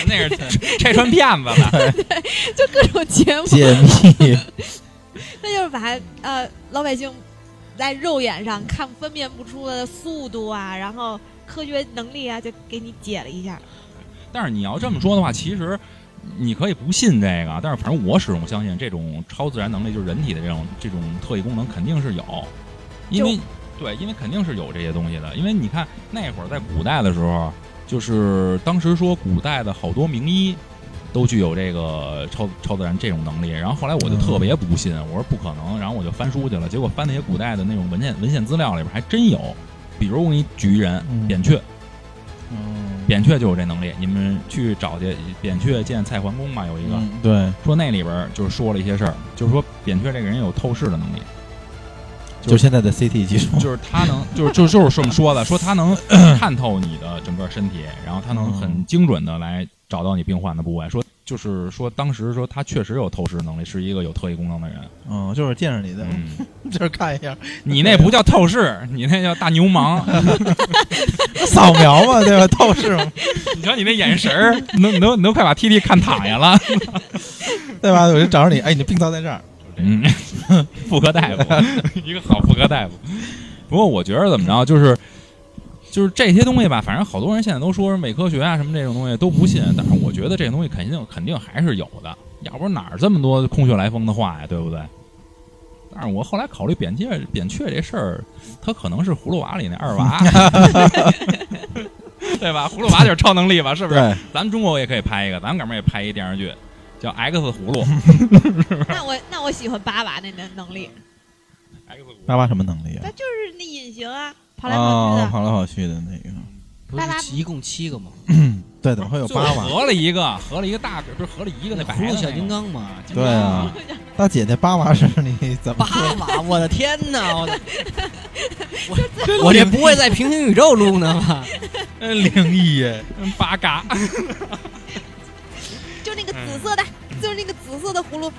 Speaker 3: 那是拆穿骗子的。
Speaker 2: 就各种节目，
Speaker 6: 解密，
Speaker 2: 那就是把呃老百姓在肉眼上看分辨不出的速度啊，然后科学能力啊，就给你解了一 下。
Speaker 3: 但是你要这么说的话，其实你可以不信这个，但是反正我始终相信这种超自然能力，就是人体的这种这种特异功能肯定是有，因为对，因为肯定是有这些东西的。因为你看那会儿在古代的时候，就是当时说古代的好多名医。都具有这个超超自然这种能力，然后后来我就特别不信，我说不可能，然后我就翻书去了，结果翻那些古代的那种文献文献资料里边还真有，比如我给你举一人
Speaker 6: 嗯
Speaker 3: 扁鹊，
Speaker 6: 嗯，
Speaker 3: 扁鹊就有这能力，你们去找去。扁鹊见蔡桓公嘛，有一个、
Speaker 6: 嗯对，
Speaker 3: 说那里边儿就是说了一些事儿，就是说扁鹊这个人有透视的能力，就
Speaker 6: 就现在的 CT 技术，
Speaker 3: 就是他能，就是就就是这么说的，说他能看透你的整个身体，然后他能很精准的来找到你病患的部位。说就是说当时说他确实有透视能力，是一个有特异功能的人。
Speaker 6: 嗯，就是见着你的，
Speaker 3: 嗯，
Speaker 6: 就是看一下
Speaker 3: 你那不叫透视，你那叫大牛氓。
Speaker 6: 扫描 嘛，对吧？透视嘛，
Speaker 3: 你瞧你那眼神儿，能能能快把 T T 看躺下了。
Speaker 6: 对吧？我就找着你，哎，你的病灶在这儿，
Speaker 3: 嗯， 妇科大夫， 一个好妇科大夫。不过我觉得怎么着，就是就是这些东西吧，反正好多人现在都说是伪科学啊什么这种东西都不信，但是我觉得这东西肯定肯定还是有的，要不然哪儿这么多空穴来风的话呀，对不对？但是我后来考虑扁鹊扁鹊这事儿，他可能是葫芦娃里那二 娃，对吧？葫芦娃就是超能力吧，是不是？
Speaker 6: 对，
Speaker 3: 咱们中国也可以拍一个，咱们哥们儿也拍一电视剧，叫《X 葫 芦》。
Speaker 2: 那我那我喜欢八娃那能能力，
Speaker 3: X 葫芦
Speaker 6: 爸爸什么能力
Speaker 2: 那
Speaker 6: 啊？
Speaker 2: 就是那隐形啊，跑来跑去
Speaker 6: 哦，
Speaker 2: 的。
Speaker 6: 跑来跑去的那个，
Speaker 5: 不
Speaker 2: 巴拉
Speaker 5: 是一共七个吗？
Speaker 6: 对，怎么会有
Speaker 3: 就
Speaker 6: 八娃？
Speaker 3: 合了一个，合了一个大，不是合了一个那白
Speaker 5: 葫芦
Speaker 3: 的
Speaker 5: 小
Speaker 3: 那
Speaker 5: 金
Speaker 3: 个。
Speaker 5: 刚嘛，
Speaker 6: 对 啊，大姐姐八娃是你怎么
Speaker 5: 八
Speaker 6: 说？
Speaker 5: 娃，我的天哪！我的 我我这不会在平行宇宙录呢吧？
Speaker 3: 呃灵异耶，八嘎，
Speaker 2: 就那个紫色的，就是那个紫色的葫芦，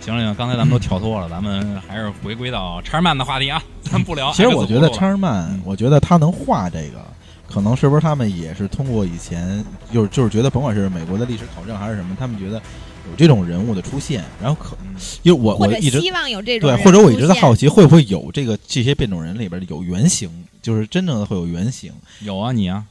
Speaker 3: 行了行了，刚才咱们都跳脱了，咱们还是回归到查尔曼的话题啊，咱不聊。
Speaker 6: 其实我觉得查
Speaker 3: 查，
Speaker 6: 尔曼，我觉得他能画这个，可能是不是他们也是通过以前，就是就是觉得，甭管是美国的历史考证还是什么，他们觉得有这种人物的出现，然后可因为我
Speaker 2: 或
Speaker 6: 我
Speaker 2: 者
Speaker 6: 一直
Speaker 2: 希望有这种
Speaker 6: 对，
Speaker 2: 人
Speaker 6: 或者我一直
Speaker 2: 出
Speaker 6: 在
Speaker 2: 现
Speaker 6: 好奇，会不会有这个这些变种人里边有原型，就是真正的会有原型？
Speaker 3: 有啊，你啊，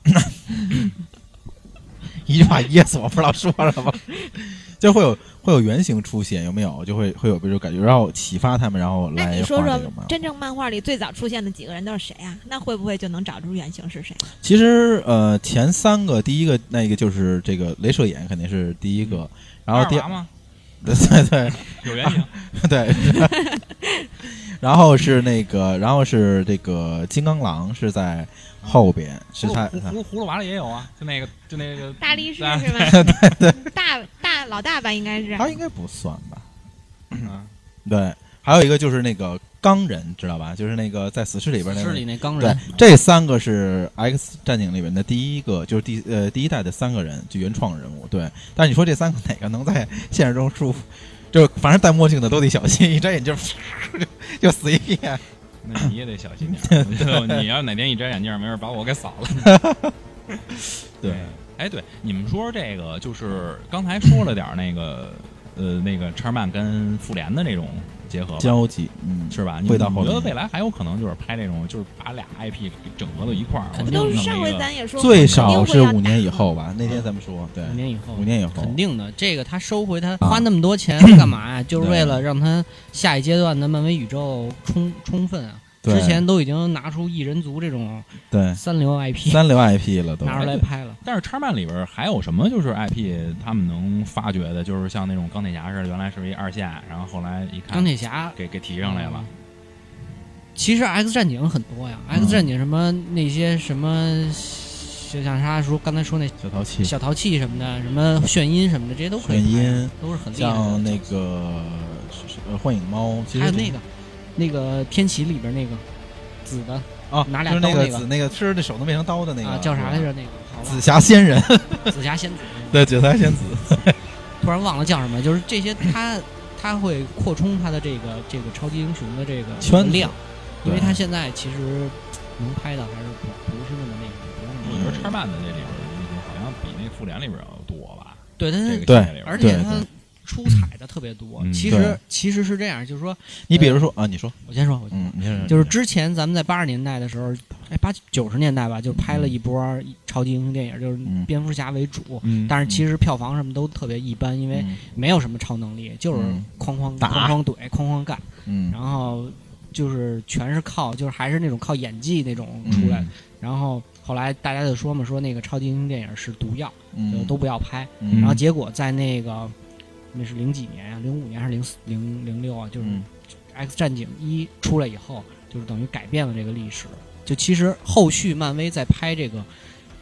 Speaker 6: 一句话噎死我，不知道说什么， 就会有会有原型出现，有没有？就会会有这种感觉，然后启发他们，然后
Speaker 2: 那
Speaker 6: 来
Speaker 2: 你说
Speaker 6: 画
Speaker 2: 说
Speaker 6: 这个漫画
Speaker 2: 真正漫画里最早出现的几个人都是谁啊？那会不会就能找出原型是谁？
Speaker 6: 其实呃，前三个，第一个那一个就是这个镭射眼肯定是第一
Speaker 2: 嗯
Speaker 6: 个，然后第啊
Speaker 3: 二娃吗？
Speaker 6: 对对对
Speaker 3: 有原型，
Speaker 6: 对， 然后是那个，然后是这个金刚狼是在后边，是他
Speaker 3: 葫葫葫芦娃里也有啊，就那个就 那个
Speaker 2: 大力士
Speaker 3: 啊
Speaker 2: 是吗？大大老大吧，应该是。
Speaker 6: 他应该不算吧？
Speaker 3: 啊
Speaker 6: 对，还有一个就是那个钢人，知道吧？就是那个在死侍里边那
Speaker 5: 是
Speaker 6: 个
Speaker 5: 里那钢
Speaker 6: 对
Speaker 5: 人，，
Speaker 6: 这三个是 X 战警里面的第一个，就是第呃第一代的三个人，就原创人物。对，但是你说这三个哪个能在现实中舒服？就反正戴墨镜的都得小心，一眨眼就 就就死一片。
Speaker 3: 那你也得小心 点儿。我觉得你要哪天一摘眼镜儿，没准儿把我给扫了。
Speaker 6: 对，
Speaker 3: 哎，对，你们说这个就是刚才说了点儿那个呃那个叉曼跟复联的这种结合吧，
Speaker 6: 交集，嗯，
Speaker 3: 是吧？你
Speaker 6: 会到
Speaker 3: 你
Speaker 6: 后
Speaker 3: 觉得
Speaker 6: 面
Speaker 3: 未来还有可能就是拍这种，就是把俩 IP 整合到一块儿，
Speaker 5: 肯
Speaker 3: 我
Speaker 2: 不
Speaker 3: 觉得
Speaker 5: 定
Speaker 2: 都
Speaker 3: 弄
Speaker 2: 是
Speaker 3: 一
Speaker 2: 上回
Speaker 3: 个
Speaker 2: 咱也说过，
Speaker 6: 最
Speaker 2: 肯
Speaker 6: 少
Speaker 2: 定
Speaker 6: 是
Speaker 2: 会要
Speaker 6: 五年以
Speaker 2: 打
Speaker 6: 后吧？
Speaker 5: 啊
Speaker 6: 那天咱们说，对
Speaker 5: 五，年以后，
Speaker 6: 五年以后
Speaker 5: 啊肯定的，这个他收回他
Speaker 6: 啊
Speaker 5: 花那么多 钱干嘛呀？就是为了让他下一阶段的漫威宇宙充充分啊！
Speaker 6: 对
Speaker 5: 之前都已经拿出异人族这种
Speaker 6: 对
Speaker 5: 三流 IP
Speaker 6: 三流 IP 了都。
Speaker 5: 拿出来拍了，
Speaker 3: 但是叉漫里边儿还有什么就是 IP 他们能发掘的？就是像那种钢铁侠似的，原来是一二线，然后后来一看
Speaker 5: 钢铁侠
Speaker 3: 给给提上来了。。
Speaker 5: 其实 X 战警很多呀、
Speaker 6: 嗯
Speaker 5: x 战警什么那些什么，就像他说刚才说那
Speaker 6: 小淘气，
Speaker 5: 小淘气什么的，什么眩晕什么的，这些都可以
Speaker 6: 眩
Speaker 5: 拍啊
Speaker 6: 晕，
Speaker 5: 都是很厉害的。
Speaker 6: 像那个是是呃幻影猫，其实
Speaker 5: 还有
Speaker 6: 这
Speaker 5: 那个那个天启里边那个紫的
Speaker 6: 啊，
Speaker 5: 拿俩
Speaker 6: 就是那
Speaker 5: 刀
Speaker 6: 个
Speaker 5: 那个
Speaker 6: 紫那个，吃那手能变成刀的那个
Speaker 5: 啊，叫啥来
Speaker 6: 是吧？
Speaker 5: 着？那个好吧
Speaker 6: 紫霞仙人，
Speaker 5: 紫霞仙子，
Speaker 6: 对，紫霞仙子，
Speaker 5: 突然忘了叫什么，就是这些他 他会扩充他的这个这个超级英雄的这个
Speaker 6: 圈子
Speaker 5: 量，因为
Speaker 6: 对
Speaker 5: 他现在其实能拍到还是不不是那么那个，不是那么
Speaker 3: 我觉得叉漫的这里边儿英雄好像比那复联里边儿要多吧？
Speaker 5: 对，但
Speaker 3: 这
Speaker 5: 是
Speaker 3: 个系列里边儿
Speaker 5: 嗯而
Speaker 6: 对
Speaker 5: 且他
Speaker 6: 对
Speaker 5: 出彩的特别多。
Speaker 3: 嗯
Speaker 5: 其
Speaker 6: 对
Speaker 5: 实其实是这样，就是说
Speaker 6: 你比如说啊，你说，
Speaker 5: 我先说，我先
Speaker 6: 嗯，你说
Speaker 5: 就是之前咱们在八十年代的时候，哎，八九十年代吧，就拍了一波超级英雄电影，就是
Speaker 6: 嗯
Speaker 5: 蝙蝠侠为主，
Speaker 3: 嗯
Speaker 5: 但是其实票房什么都特别一般，因为
Speaker 6: 嗯
Speaker 5: 没有什么超能力，就是
Speaker 6: 嗯
Speaker 5: 哐哐哐
Speaker 6: 打
Speaker 5: 哐怼，哐哐干，
Speaker 6: 嗯
Speaker 5: 然后就是全是靠，就是还是那种靠演技那种
Speaker 6: 嗯
Speaker 5: 出来的。然后后来大家就说嘛，说那个超级英雄电影是毒药，就
Speaker 6: 嗯
Speaker 5: 都不要拍。
Speaker 6: 嗯
Speaker 5: 然后结果在那个那是零几年啊，零五年还是零四零零六啊，就是
Speaker 6: 嗯
Speaker 5: X 战警一出来以后，就是等于改变了这个历史。就其实后续漫威在拍这个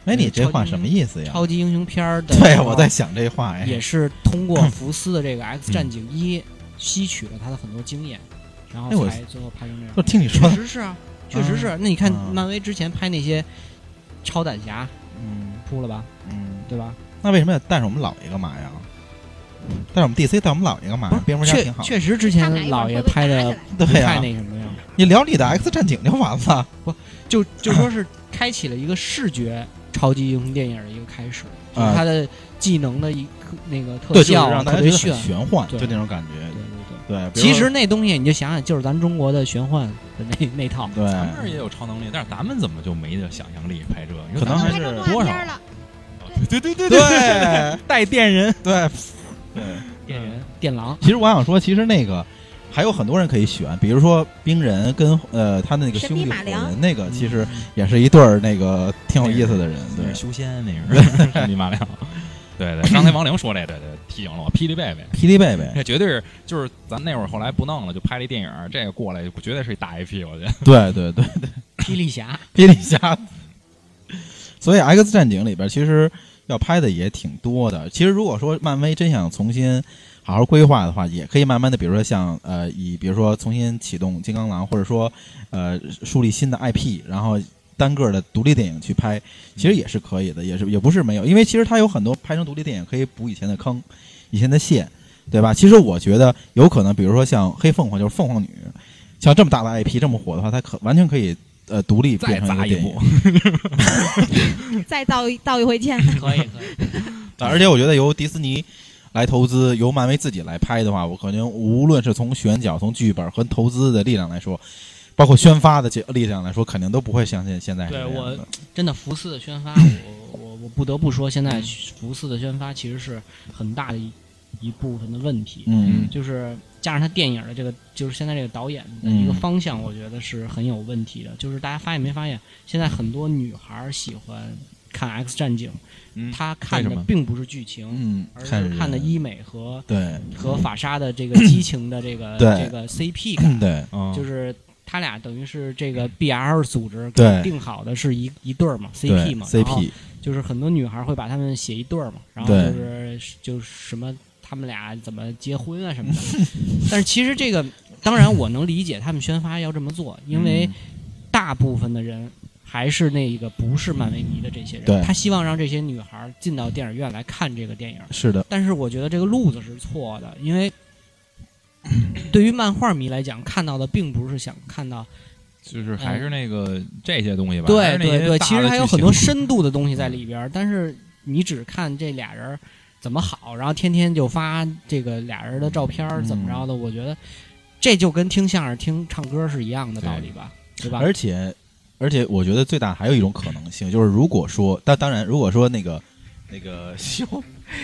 Speaker 6: 哎，你这话什么意思呀？
Speaker 5: 超级英雄片儿的时候，
Speaker 6: 啊对，我在想这话哎，嗯
Speaker 5: 也是通过福斯的这个 X 战警一吸取了他的很多经验，然后
Speaker 6: 哎我
Speaker 5: 才最后拍成这样
Speaker 6: 就。听你说
Speaker 5: 确
Speaker 6: 的，
Speaker 5: 实是啊，确实是。那你看
Speaker 6: 啊
Speaker 5: 漫威之前拍那些超胆侠
Speaker 6: 嗯
Speaker 5: 出了吧，
Speaker 6: 嗯，
Speaker 5: 对吧？
Speaker 6: 那为什么要带着我们老爷干嘛呀？带着我们 DC 带我们老爷干嘛？啊蝙蝠侠
Speaker 5: 确
Speaker 6: 挺好。
Speaker 5: 确实之
Speaker 2: 看哪
Speaker 5: 前
Speaker 2: 一
Speaker 5: 老
Speaker 2: 本
Speaker 5: 爷
Speaker 2: 会被
Speaker 5: 拍
Speaker 2: 打起
Speaker 5: 的
Speaker 2: 来
Speaker 5: 不
Speaker 6: 对呀
Speaker 5: 太、那什么呀，
Speaker 6: 你聊你的 X 战警就完了。
Speaker 5: 就就说是开启了一个视觉超级英雄电影的一个开始，就是
Speaker 6: 啊
Speaker 5: 他的技能的一个那个特
Speaker 6: 对，就是
Speaker 5: 效啊
Speaker 6: 让大
Speaker 5: 特
Speaker 6: 家
Speaker 5: 别
Speaker 6: 觉得
Speaker 5: 炫
Speaker 6: 很。玄幻，
Speaker 5: 对
Speaker 6: 就那种感觉
Speaker 5: 对。
Speaker 6: 对，
Speaker 5: 对对，
Speaker 6: 比如
Speaker 5: 其
Speaker 6: 说
Speaker 5: 实那东西你就想想，就是咱中国的玄幻的那那套。
Speaker 6: 对，
Speaker 3: 咱们 这儿也有超能力，但是咱们怎么就没这想象力拍这个？
Speaker 6: 可能还
Speaker 2: 拍
Speaker 6: 是
Speaker 2: 成动
Speaker 3: 多
Speaker 2: 画
Speaker 3: 少
Speaker 2: 片儿了，
Speaker 3: 对对对
Speaker 6: 对
Speaker 3: 带电人，
Speaker 6: 对对。
Speaker 5: 电人、电狼，
Speaker 6: 其实我想说，其实那个还有很多人可以选，比如说冰人跟呃他的那个
Speaker 2: 神
Speaker 6: 兄
Speaker 2: 笔
Speaker 6: 弟火
Speaker 2: 马良
Speaker 6: 人，那个其实
Speaker 5: 嗯
Speaker 6: 也是一对儿那个挺有意思的人，
Speaker 3: 那
Speaker 6: 对
Speaker 3: 是。修仙，那 是神力马良。对对，刚才王玲说这，对对，提醒了我，霹雳贝贝。
Speaker 6: 霹雳贝贝，
Speaker 3: 这绝对是，就是咱那会儿后来不弄了，就拍了一电影，这个过来绝对是一大 IP，我觉得。
Speaker 6: 对对对，
Speaker 5: 霹雳侠，
Speaker 6: 霹雳侠。所以《X 战警》里边其实要拍的也挺多的。其实如果说漫威真想重新好好规划的话，也可以慢慢的，比如说像呃，以比如说重新启动金刚狼，或者说呃树立新的 IP，然后单个的独立电影去
Speaker 3: 嗯
Speaker 6: 拍，其实也是可以的，也是也不是没有，因为其实它有很多拍成独立电影可以补以前的坑，以前的线，对吧？其实我觉得有可能，比如说像黑凤凰，就是凤凰女，像这么大的 IP 这么火的话，它可完全可以呃独立变成
Speaker 3: 再
Speaker 6: 一
Speaker 3: 砸
Speaker 6: 个
Speaker 3: 一
Speaker 6: 电影
Speaker 3: 部。，
Speaker 2: 再道一道一回歉。
Speaker 5: 可以可以，
Speaker 6: 而且我觉得由迪士尼，来投资，由漫威自己来拍的话，我可能无论是从选角、从剧本和投资的力量来说，包括宣发的这力量来说，肯定都不会像现现在是
Speaker 5: 对
Speaker 6: 这样
Speaker 5: 我
Speaker 6: 的
Speaker 5: 真的福斯的宣发，我我我不得不说，现在福斯的宣发其实是很大的一一部分的问题，
Speaker 6: 嗯
Speaker 5: 就是加上他电影的这个，就是现在这个导演的一个
Speaker 6: 嗯
Speaker 5: 方向，我觉得是很有问题的。就是大家发现没发现，现在很多女孩儿喜欢看《X 战警》，
Speaker 3: 嗯
Speaker 5: 她看
Speaker 3: 为什
Speaker 5: 的
Speaker 3: 么
Speaker 5: 并不是剧情，
Speaker 6: 嗯，
Speaker 5: 而是看的
Speaker 6: 人
Speaker 5: 医美和
Speaker 6: 对
Speaker 5: 和法莎的这个激情的这个
Speaker 6: 对
Speaker 5: 这个 CP 感，
Speaker 6: 对
Speaker 3: 嗯
Speaker 5: 就是。他俩等于是这个 BL 组织
Speaker 6: 嗯对
Speaker 5: 定好的是一一对儿嘛
Speaker 6: 对
Speaker 5: ，CP 嘛然后
Speaker 6: CP
Speaker 5: 就是很多女孩会把他们写一对儿嘛，然后
Speaker 6: 对
Speaker 5: 就是就是什么他们俩怎么结婚啊什么的。 但是其实这个，当然我能理解他们宣发要这么做，因
Speaker 6: 嗯
Speaker 5: 为大部分的人还是那个不是漫威迷的这些
Speaker 6: 对
Speaker 5: 人，他希望让这些女孩进到电影院来看这个电影。
Speaker 6: 是的，
Speaker 5: 但是我觉得这个路子是错的，因为对于漫画迷来讲，看到的并不是想看到
Speaker 3: 就是还是那个这些东西吧。还
Speaker 5: 对
Speaker 3: 是那些
Speaker 5: 对对，
Speaker 3: 大
Speaker 5: 其实
Speaker 3: 的
Speaker 5: 还有
Speaker 3: 剧
Speaker 5: 很多
Speaker 3: 情
Speaker 5: 深度的东西在里边儿，但是你只看这俩人儿怎么好，然后天天就发这个俩人的照片儿怎么着的，我觉得这就跟听相声、听唱歌是一样的道理吧，对吧？
Speaker 6: 而且而且我觉得最大还有一种可能性，就是如果说，但当然如果说那个那个休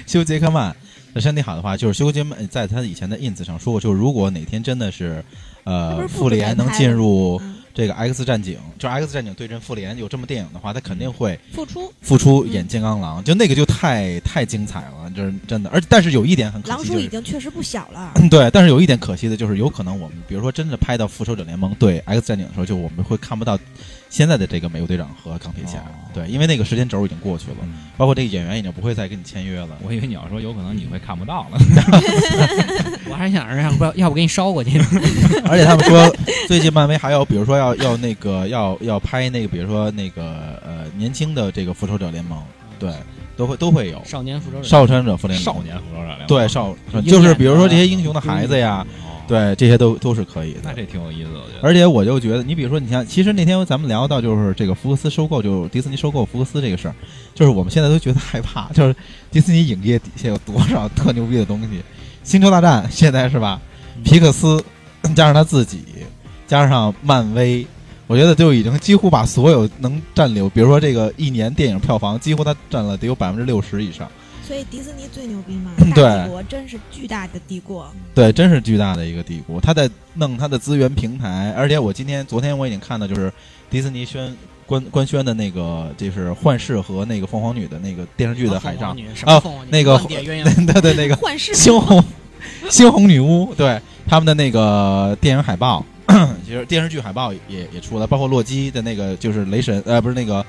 Speaker 6: 休杰克曼在身体好的话，就是休杰克曼在他以前的 ins 上说过，就是如果哪天真的是
Speaker 2: 那不
Speaker 6: 呃
Speaker 2: 是
Speaker 6: 复联能
Speaker 2: 复联拍的
Speaker 6: 进入
Speaker 2: 嗯
Speaker 6: 这个 X 战警，就是 X 战警对阵复联有这么电影的话，他肯定会
Speaker 2: 付出
Speaker 6: 复
Speaker 2: 嗯
Speaker 6: 出演金刚狼，就那个就太太精彩了，就是真的。而但是有一点很可
Speaker 2: 狼
Speaker 6: 惜，
Speaker 2: 叔
Speaker 6: 就
Speaker 2: 已
Speaker 6: 是
Speaker 2: 经确实不小 了，
Speaker 6: 对，但是有一点可惜的就是，有可能我们比如说真的拍到《复仇者联盟》对《X 战警》的时候，就我们会看不到现在的这个美国队长和钢铁侠，
Speaker 3: 哦
Speaker 6: 对，因为那个时间轴已经过去了，
Speaker 3: 嗯
Speaker 6: 包括这个演员已经不会再跟你签约了。
Speaker 3: 我以为你要说有可能你会看不到了，
Speaker 5: 我还想着要不要要不给你捎过去，
Speaker 6: 而且他们说，最近漫威还要比如说要要那个要要拍那个，比如说那个呃年轻的这个复仇者联盟，对，都会都会有
Speaker 5: 少年复仇者
Speaker 6: 少年者复联
Speaker 3: 少年复嗯仇者联盟
Speaker 6: 对少
Speaker 5: 就英
Speaker 6: 就是
Speaker 5: 年
Speaker 6: 比如说
Speaker 5: 的
Speaker 6: 这些英雄的孩子呀，
Speaker 3: 啊哦，
Speaker 6: 对这些都都是可以的。
Speaker 3: 那这挺有意思的，我觉得。
Speaker 6: 而且我就觉得，你比如说，你像其实那天咱们聊到就是这个福克斯收购，就是迪士尼收购福克斯这个事儿，就是我们现在都觉得害怕，就是迪士尼影业底下有多少特牛逼的东西，《星球大战》现在是吧？皮克斯加上他自己，加上漫威，我觉得就已经几乎把所有能占有，比如说这个一年电影票房，几乎它占了得有百分之六十以上，
Speaker 2: 所以迪士尼最牛逼嘛，
Speaker 6: 嗯
Speaker 2: 大帝
Speaker 6: 对嗯
Speaker 2: 国真是巨大的帝国，
Speaker 6: 对，真是巨大的一个帝国。他在弄他的资源平台，而且我今天、昨天我已经看到，就是迪士尼宣官官宣的那个，就是《幻视》和那个《凤凰女》的那个电视剧的海上，
Speaker 5: 啊，
Speaker 6: 那个
Speaker 5: 点鸳鸯
Speaker 6: 对对，那个
Speaker 2: 幻 视
Speaker 6: 猩红猩红女巫，对他们的那个电影海报， 其实电视剧海报也也出了，包括洛基的那个就是雷神，呃，不是那个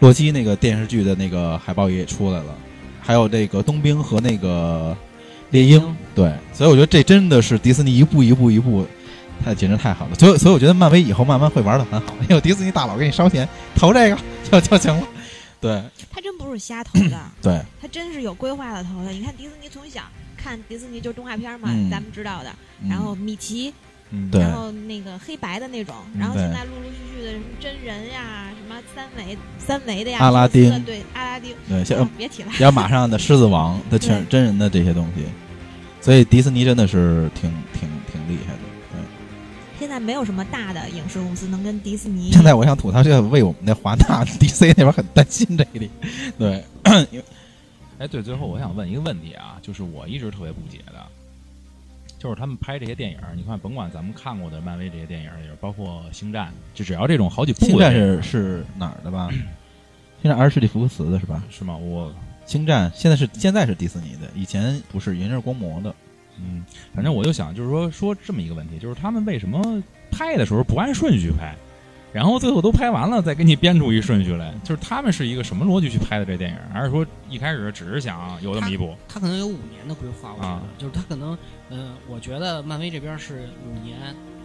Speaker 6: 洛基那个电视剧的那个海报也出来了，还有这个冬兵和那个猎鹰，对，所以我觉得这真的是迪士尼一步一步一步，太简直太好了。 所以所以我觉得漫威以后慢慢会玩的很好，因为有迪士尼大佬给你烧钱投这个 就就行了。对
Speaker 2: 他真不是瞎投的，
Speaker 6: 对，
Speaker 2: 他真是有规划的投的。你看迪士尼从小看迪士尼就是动画片嘛，
Speaker 6: 嗯
Speaker 2: 咱们知道的，
Speaker 6: 嗯
Speaker 2: 然后米奇，
Speaker 3: 嗯
Speaker 6: 对
Speaker 2: 然后那个黑白的那种，
Speaker 3: 嗯
Speaker 2: 然后
Speaker 6: 对
Speaker 2: 现在陆陆续续的什么真人呀，什么三维三维的呀，
Speaker 6: 阿拉
Speaker 2: 什么四
Speaker 6: 丁
Speaker 2: 对阿拉丁，
Speaker 6: 对，呃像
Speaker 2: 啊别提了，
Speaker 6: 要马上的《狮子王》的全
Speaker 2: 对
Speaker 6: 真人的这些东西，所以迪士尼真的是挺挺挺厉害的。
Speaker 2: 现在没有什么大的影视公司能跟迪士尼
Speaker 6: 现在我想吐槽这个，为我们的 华纳 DC 那边很担心这一点。对，
Speaker 3: 哎，对，最后我想问一个问题啊，就是我一直特别不解的，就是他们拍这些电影儿，你看，甭管咱们看过的漫威这些电影儿，也是包括《星战》，就只要这种好几部的
Speaker 6: 星战
Speaker 3: 这
Speaker 6: 是
Speaker 3: 种
Speaker 6: 是哪儿的吧？星战还是史蒂福斯的是吧？
Speaker 3: 是吗？我
Speaker 6: 星战现在是现在是迪士尼的，以前不是，以前是光魔的。
Speaker 3: 嗯，反正我就想，就是说说这么一个问题，就是他们为什么拍的时候不按顺序拍，然后最后都拍完了再给你编出一顺序来，就是他们是一个什么逻辑去拍的这电影儿，还是说一开始只是想有这么一部？
Speaker 5: 他可能有五年的规划，我觉
Speaker 3: 啊
Speaker 5: 得，就是他可能，嗯，我觉得漫威这边是五年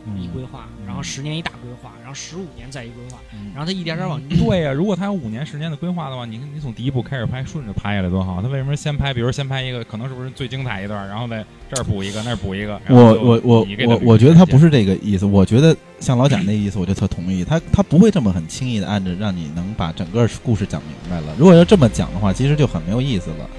Speaker 6: 嗯
Speaker 5: 一规划，然后十年一大规划，然后十五年再一规划，
Speaker 6: 嗯
Speaker 5: 然后他一点 点往
Speaker 3: 对呀、如果他有五年、十年的规划的话，你看你从第一部开始拍，顺着拍下来多好。他为什么先拍？比如先拍一个，可能是不是最精彩一段，然后再这儿补一个，那儿补一个。然后
Speaker 6: 我
Speaker 3: 就
Speaker 6: 我我
Speaker 3: 你给它
Speaker 6: 我
Speaker 3: 捋
Speaker 6: 我觉得他不
Speaker 3: 一下
Speaker 6: 是这个意思，我觉得像老贾那意思，我就特同意。他他不会这么很轻易的按着让你能把整个故事讲明白了。如果要这么讲的话，其实就很没有意思了。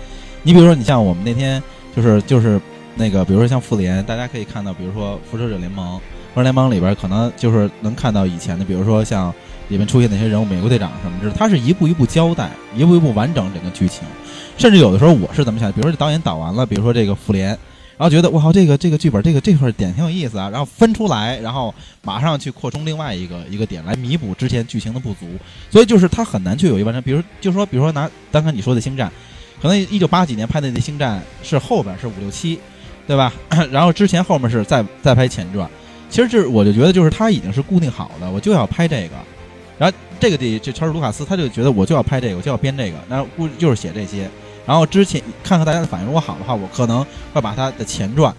Speaker 6: 你比如说，你像我们那天就是就是那个，比如说像复联，大家可以看到，比如说复仇者联盟，复仇者联盟里边可能就是能看到以前的，比如说像里面出现那些人物，美国队长什么之类，它是一步一步交代，一步一步完整整个剧情。甚至有的时候我是怎么想，比如说这导演导完了，比如说这个复联，然后觉得我靠，这个这个剧本这个这块点挺有意思啊，然后分出来，然后马上去扩充另外一个一个点来弥补之前剧情的不足，所以就是它很难去有一完整。比如就说比如说拿刚才你说的星战，可能一九八几年拍的那星战是后边是五六七，对吧？然后之前后面是再再拍前传，其实这我就觉得就是他已经是固定好的，我就要拍这个。然后这个得这乔治卢卡斯他就觉得我就要拍这个，我就要编这个，然后估计就是写这些。然后之前看看大家的反应，如果好的话，我可能会把他的前传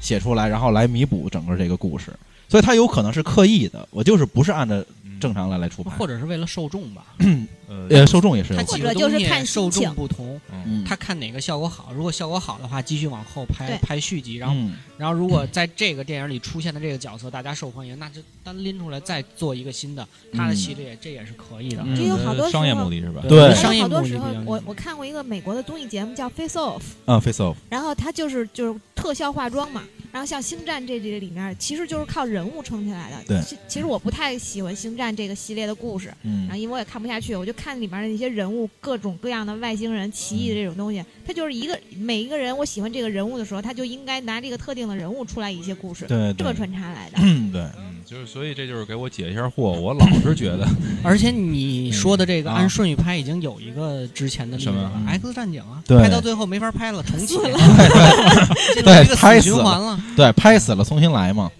Speaker 6: 写出来，然后来弥补整个这个故事。所以他有可能是刻意的，我就是不是按照正常来来出牌，
Speaker 5: 或者是为了受众吧，
Speaker 3: 嗯
Speaker 6: 呃受众也是有
Speaker 5: 他
Speaker 6: 可
Speaker 2: 或
Speaker 5: 几
Speaker 6: 能。
Speaker 2: 者
Speaker 5: 个
Speaker 2: 就
Speaker 5: 东
Speaker 2: 是
Speaker 5: 西
Speaker 2: 看
Speaker 5: 受
Speaker 2: 心
Speaker 5: 众
Speaker 2: 情
Speaker 5: 不同，
Speaker 6: 嗯，
Speaker 5: 他看哪个效果好。如果效果好的话，继续往后拍
Speaker 2: 对
Speaker 5: 拍续集，然后
Speaker 6: 嗯
Speaker 5: 然后如果在这个电影里出现的这个角色大家受欢迎，那就单拎出来再做一个新的，他的
Speaker 6: 嗯
Speaker 5: 系列这也是可以的。
Speaker 2: 这有好多时
Speaker 3: 呃商业
Speaker 2: 候
Speaker 3: 目的是吧？
Speaker 6: 对
Speaker 2: 还
Speaker 5: 商业
Speaker 2: 有好
Speaker 5: 目
Speaker 2: 多
Speaker 5: 的
Speaker 2: 时候
Speaker 5: 比较，
Speaker 2: 我我看过一个美国的综艺节目叫《Face Off》，
Speaker 6: 啊，face off，
Speaker 2: 然后它就是就是特效化妆嘛，然后像《星战》这这里面其实就是靠人物撑起来的。
Speaker 6: 对
Speaker 2: 其，其实我不太喜欢《星战》这个系列的故事，
Speaker 6: 嗯
Speaker 2: 然后因为我也看不下去，我就看里面的那些人物，各种各样的外星人、奇异的这种东西，它就是一个每一个人，我喜欢这个人物的时候，他就应该拿这个特定的人物出来一些故事，
Speaker 6: 对
Speaker 2: 这
Speaker 6: 对
Speaker 2: 么穿插来的。
Speaker 6: 嗯对，
Speaker 3: 嗯，就是所以这就是给我解一下惑，我老是觉得
Speaker 5: 而且你说的这个
Speaker 6: 嗯
Speaker 5: 按顺序拍已经有一个之前的例子
Speaker 3: 什么
Speaker 5: 了
Speaker 6: 嗯
Speaker 5: ，X 战警啊，
Speaker 6: 对
Speaker 5: 拍到最后没法拍了，重启了， 这
Speaker 6: 对
Speaker 5: 就是一个
Speaker 6: 拍
Speaker 5: 死
Speaker 6: 死
Speaker 5: 循
Speaker 6: 了
Speaker 5: 环了。
Speaker 6: 对，拍死了重新来嘛。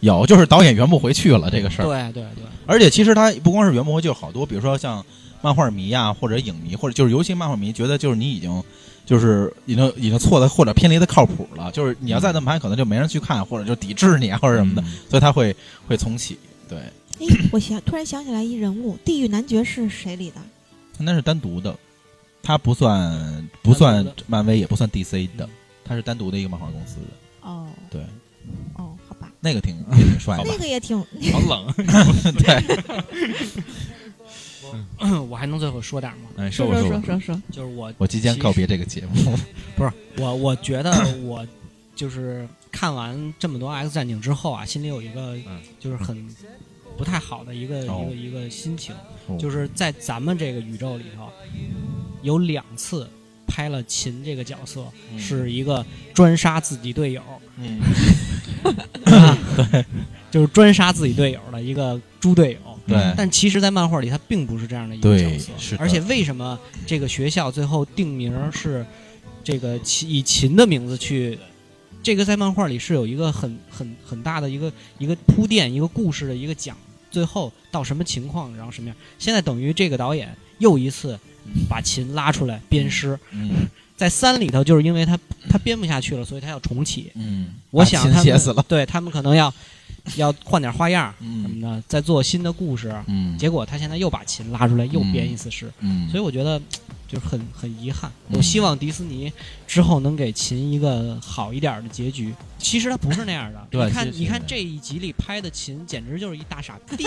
Speaker 6: 有，就是导演圆不回去了这个事儿。
Speaker 5: 对对对，
Speaker 6: 而且其实他不光是圆不回去，有好多，比如说像漫画迷啊，或者影迷，或者就是尤其漫画迷，觉得就是你已经就是已经已经错的或者偏离的靠谱了，就是你要再这么拍，可能就没人去看，或者就抵制你啊或者什么的，
Speaker 3: 嗯
Speaker 6: 所以他会会重启。对，
Speaker 2: 哎，我想突然想起来一人物，《地狱男爵》是谁里的？
Speaker 6: 那是单独的，他不算不算
Speaker 5: 单独的
Speaker 6: 漫威，也不算
Speaker 5: 嗯
Speaker 6: DC 的，他是单独的一个漫画公司的。
Speaker 2: 哦
Speaker 6: 对，
Speaker 2: 哦，好吧，
Speaker 6: 那个挺也挺帅的
Speaker 5: 嗯
Speaker 2: 那。个也挺
Speaker 3: 好冷。
Speaker 5: 我还能最后说点吗？
Speaker 3: 哎，
Speaker 2: 说
Speaker 3: 吧
Speaker 2: 说
Speaker 3: 吧
Speaker 2: 说，说说，
Speaker 5: 就是我
Speaker 6: 我即将
Speaker 5: 其实
Speaker 6: 告别这个节目。
Speaker 5: 我我觉得我就是看完这么多 X 战警之后啊，心里有一个
Speaker 3: 嗯
Speaker 5: 就是很不太好的一个、
Speaker 6: 哦
Speaker 5: 一个一个心情，
Speaker 6: 哦
Speaker 5: 就是在咱们这个宇宙里头，有两次拍了秦这个角色、
Speaker 6: 嗯
Speaker 5: 是一个专杀自己队友，
Speaker 6: 嗯，
Speaker 5: 就是专杀自己队友的一个猪队友。
Speaker 6: 对，
Speaker 5: 但其实，在漫画里，他并不是这样的一个角
Speaker 6: 对
Speaker 5: 色。
Speaker 6: 是的
Speaker 5: 而且，为什么这个学校最后定名儿是这个秦以秦的名字去？这个在漫画里是有一个很很很大的一个一个铺垫，一个故事的一个讲，最后到什么情况，然后什么样。现在等于这个导演又一次把秦拉出来鞭尸，
Speaker 6: 嗯
Speaker 5: 在三里头，就是因为他他编不下去了，所以他要重启。
Speaker 6: 嗯，
Speaker 5: 我想
Speaker 6: 把
Speaker 5: 他
Speaker 6: 琴写
Speaker 5: 们
Speaker 6: 死了。
Speaker 5: 对他们可 能要要换点花样儿什
Speaker 6: 嗯
Speaker 5: 么的，再做新的故事。
Speaker 6: 嗯
Speaker 5: 结果他现在又把琴拉出来，又编一次诗，
Speaker 6: 嗯，
Speaker 5: 所以我觉得就是很很遗憾。
Speaker 6: 嗯
Speaker 5: 我希望迪士尼之后能给琴一个好一点的结局。其实他不是那样的，
Speaker 6: 对
Speaker 5: 你看
Speaker 6: 其实
Speaker 5: 你看
Speaker 6: 是
Speaker 5: 这一集里拍的琴，简直就是一大傻 逼，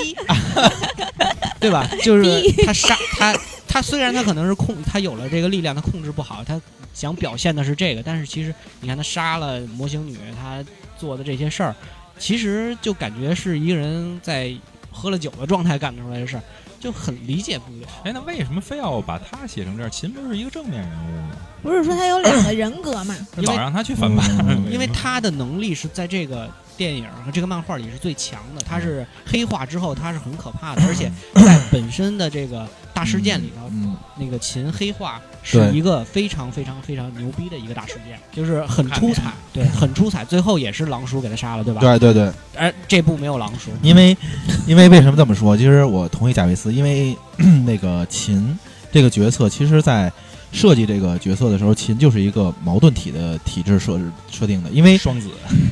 Speaker 5: 对吧？就是他杀他他虽然他可能是控他有了这个力量，他控制不好，他想表现的是这个，但是其实你看他杀了魔形女，他做的这些事儿，其实就感觉是一个人在喝了酒的状态干得出来的事儿，就很理解不了。
Speaker 3: 哎，那为什么非要把他写成这样？秦不是一个正面人物吗？
Speaker 2: 不是说他有两个人格嘛？
Speaker 3: 就
Speaker 5: 因为
Speaker 3: 老让他去反叛，
Speaker 6: 嗯
Speaker 5: 因为他的能力是在这个电影和这个漫画里是最强的，他是黑化之后他是很可怕的，而且在本身的这个大事件里头，
Speaker 6: 嗯
Speaker 5: 那个秦黑化是一个非常非常非常牛逼的一个大事件，就是很出彩，对，很出彩。最后也是狼叔给他杀了，对吧？。
Speaker 6: 对对对，
Speaker 5: 而这部没有狼叔，
Speaker 6: 因为因为为什么这么说？其实我同意贾维斯，因为 那个秦这个角色，其实在设计这个角色的时候，秦就是一个矛盾体的体制设设定的，因为
Speaker 3: 双子，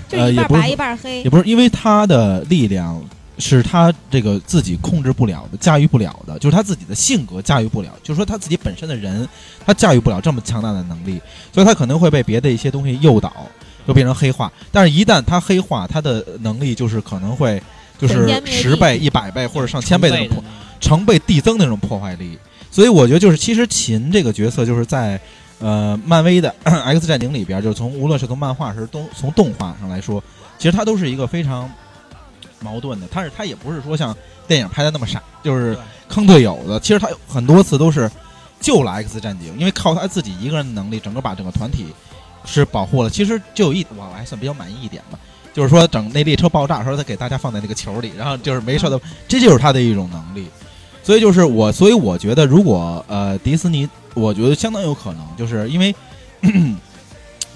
Speaker 2: 就是一
Speaker 6: 也
Speaker 2: 半
Speaker 6: 不是
Speaker 2: 白一半黑
Speaker 6: 也，不是因为他的力量是他这个自己控制不了的、驾驭不了的，就是他自己的性格驾驭不了，就是说他自己本身的人他驾驭不了这么强大的能力，所以他可能会被别的一些东西诱导，就变成黑化。但是，一旦他黑化，他的能力就是可能会就
Speaker 2: 瞬
Speaker 6: 是
Speaker 2: 间灭顶
Speaker 6: 十倍、一百倍或者上千倍的
Speaker 5: 的
Speaker 6: 那
Speaker 5: 那
Speaker 6: 种
Speaker 5: 个
Speaker 6: 破成倍递增的那种破坏力。所以我觉得就是，其实秦这个角色就是在呃，漫威的 X 战警里边，就是从无论是从漫画还是动从动画上来说，其实它都是一个非常矛盾的。但是它也不是说像电影拍的那么傻，就是
Speaker 5: 对
Speaker 6: 坑队友的。其实它有很多次都是救了 X 战警，因为靠他自己一个人的能力，整个把整个团体是保护了。其实就有一我我还算比较满意一点吧，就是说整那列车爆炸的时候，他给大家放在那个球里，然后就是没事的，这就是他的一种能力。所以就是我，所以我觉得，如果呃迪斯尼，我觉得相当有可能，就是因为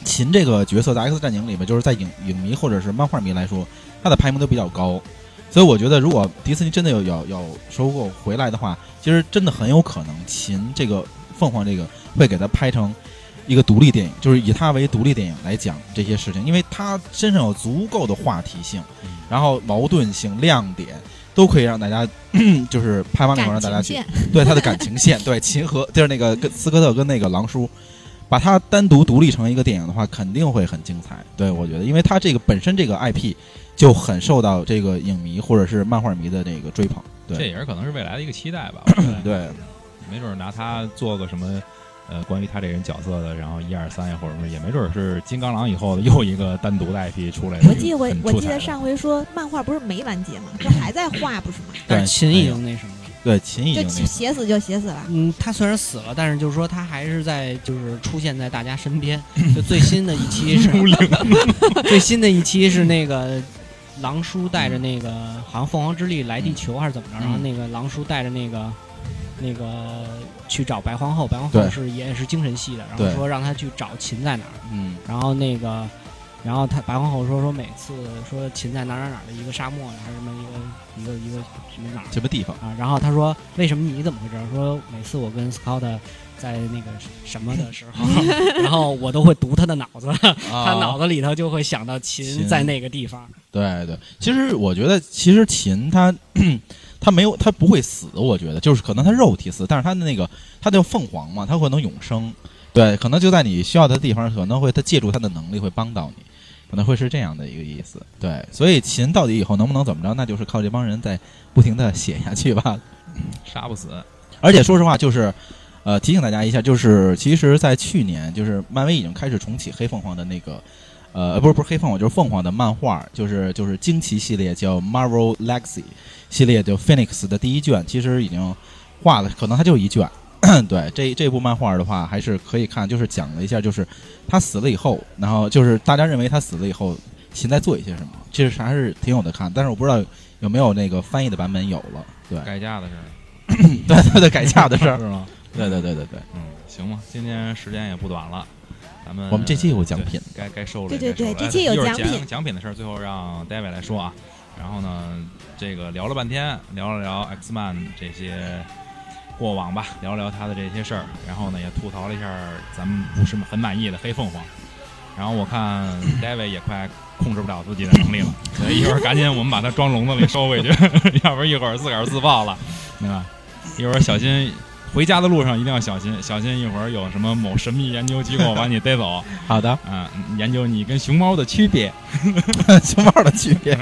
Speaker 6: 秦这个角色在《X 战警》里面，就是在影影迷或者是漫画迷来说，他的排名都比较高。所以我觉得，如果迪斯尼真的有要要收购回来的话，其实真的很有可能秦这个凤凰这个会给他拍成一个独立电影，就是以他为独立电影来讲这些事情，因为他身上有足够的话题性，
Speaker 2: 嗯
Speaker 6: 然后矛盾性、亮点都可以让大家就是拍完了以后让
Speaker 2: 感
Speaker 6: 大家
Speaker 2: 情
Speaker 6: 去
Speaker 2: 线，
Speaker 6: 对他的感情线，对秦和就是那个跟斯科特跟那个狼叔，把它单独独立成一个电影的话，肯定会很精彩。对我觉得，因为它这个本身这个 IP 就很受到这个影迷或者是漫画迷的那个追捧。
Speaker 3: 这
Speaker 6: 对
Speaker 3: 也是可能是未来的一个期 待吧。我觉得
Speaker 6: 对，
Speaker 3: 没准儿拿他做个什么，呃，关于他这人角色的，然后一二三呀，或者什么，也没准儿是金刚狼以后的又一个单独的 IP 出来的。
Speaker 2: 我记得我
Speaker 3: 很
Speaker 2: 我
Speaker 3: 出
Speaker 2: 记
Speaker 3: 彩
Speaker 2: 得
Speaker 3: 的
Speaker 2: 上回说漫画不是没完结吗？这还在画不是吗？
Speaker 5: 但是秦
Speaker 6: 哎
Speaker 5: 已
Speaker 6: 呦
Speaker 5: 经那什么了。
Speaker 6: 对，秦已
Speaker 2: 就
Speaker 6: 经那个
Speaker 2: 写死就写死了。
Speaker 5: 嗯，他虽然死了，但是就是说他还是在就是出现在大家 身边。就最新的一期是最新的一期是那个狼叔带着那个好像凤凰之力来地球还是怎么着，然后那个狼叔带着那个那个去找白皇后，白皇后
Speaker 6: 对
Speaker 5: 是也是精神系的，然后
Speaker 6: 对
Speaker 5: 说让他去找秦在哪儿，
Speaker 6: 嗯，
Speaker 5: 然后那个。然后他白皇后说说每次说秦在哪儿哪儿哪儿的一个沙漠还是什么一个一个一个什么哪儿
Speaker 6: 什么地方？
Speaker 5: 啊，然后他说：“为什么你怎么会知道？说每次我跟 Scott 在那个什么的时候，然后我都会读他的脑子， 他脑
Speaker 6: 子
Speaker 5: 子里头就会想到秦
Speaker 6: 秦
Speaker 5: 在那个地方。
Speaker 6: 对对，其实我觉得，其实秦 他他没有他不会死，我觉得就是可能他肉体死，但是他的那个他叫凤凰嘛，他会能永生。对，可能就在你需要的地方，可能会他借助他的能力会帮到你，可能会是这样的一个意思。对，所以秦到底以后能不能怎么着，那就是靠这帮人在不停的写下去吧。
Speaker 3: 杀不死，
Speaker 6: 而且说实话，就是呃提醒大家一下，就是其实，在去年，就是漫威已经开始重启黑凤凰的那个。呃，不是不是黑凤凰，就是凤凰的漫画，就是就是惊奇系列，叫 Marvel Legacy 系列，就 Phoenix 的第一卷，其实已经画了，可能它就一卷。 对，这这部漫画的话，还是可以看，就是讲了一下，就是他死了以后，然后就是大家认为他死了以后，秦在做一些什么，其实还是挺有的看，但是我不知道有没有那个翻译的版本有了。对，
Speaker 3: 改嫁的事儿
Speaker 6: 对 对对，改嫁的事儿
Speaker 3: 是。吗？
Speaker 6: 对对对对对，
Speaker 3: 嗯，行吧，今天时间也不短了，咱们
Speaker 6: 我们这期有奖品，
Speaker 3: 该该收了。
Speaker 2: 对对对
Speaker 3: 该收了
Speaker 2: 这期有
Speaker 3: 一会儿
Speaker 2: 奖品
Speaker 3: 讲奖品的事儿，最后让 David 来说啊。然后呢，这个聊了半天，聊了聊 X Man 这些过往吧，聊了聊他的这些事儿，然后呢也吐槽了一下咱们不是很满意的黑凤凰。然后 我看 David 也快控制不了自己的能力了，所以一会儿赶紧我们把它装笼子里收回去， 要不然一会儿自个儿自爆了，对吧？一会儿小心回家的路上一定要小心，小心一会儿有什么某神秘研究机构把你逮走。
Speaker 6: 好的，
Speaker 3: 啊，研究你跟熊猫的区别，
Speaker 6: 熊猫的区别。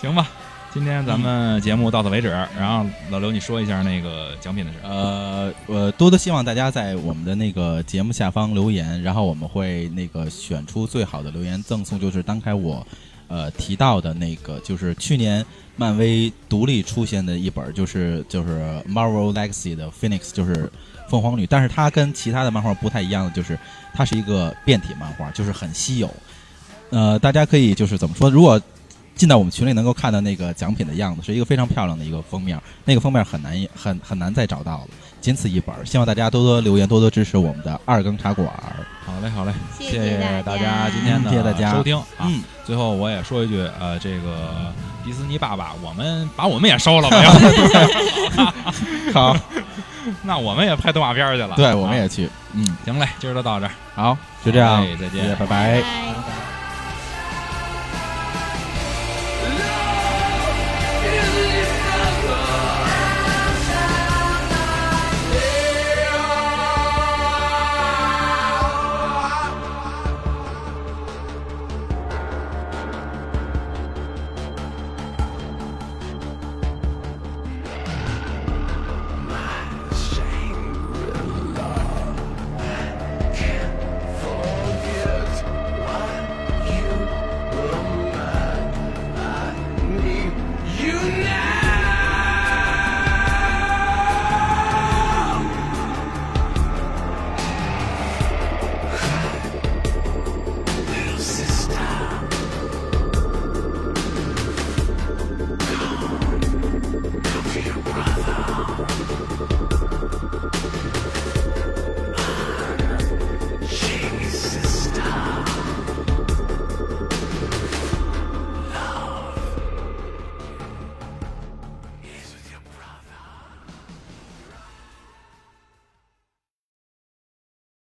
Speaker 3: 行吧？今天咱们节目到此为止，
Speaker 6: 嗯
Speaker 3: 然后老刘你说一下那个奖品的事。
Speaker 6: 呃，我多多希望大家在我们的那个节目下方留言，然后我们会那个选出最好的留言赠送，就是刚才我呃提到的那个，就是去年漫威独立出现的一本，就是就是 Marvel Legacy 的 Phoenix，就是凤凰女，但是它跟其他的漫画不太一样的，就是它是一个变体漫画，就是很稀有。呃，大家可以就是怎么说，如果进到我们群里能够看到那个奖品的样子，是一个非常漂亮的一个封面，那个封面很难很很难再找到了，仅此一本儿。希望大家多多留言，多多支持我们的二更茶馆儿。
Speaker 3: 好嘞，好嘞，
Speaker 2: 谢
Speaker 3: 谢
Speaker 2: 谢
Speaker 3: 大
Speaker 2: 家
Speaker 3: 今天的
Speaker 6: 谢谢大家
Speaker 3: 收听啊。
Speaker 6: 嗯，
Speaker 3: 最后我也说一句，呃，这个迪斯尼爸爸，我们把我们也收 了吧，要不然
Speaker 6: 好，
Speaker 3: 那我们也拍动画片儿去了。
Speaker 6: 对，我们
Speaker 3: 啊
Speaker 6: 也去。嗯，
Speaker 3: 行嘞，今儿就到这儿，
Speaker 6: 好，就这样
Speaker 3: 哎，再
Speaker 6: 谢谢
Speaker 3: 见。
Speaker 6: 拜拜。
Speaker 2: 拜
Speaker 5: 拜拜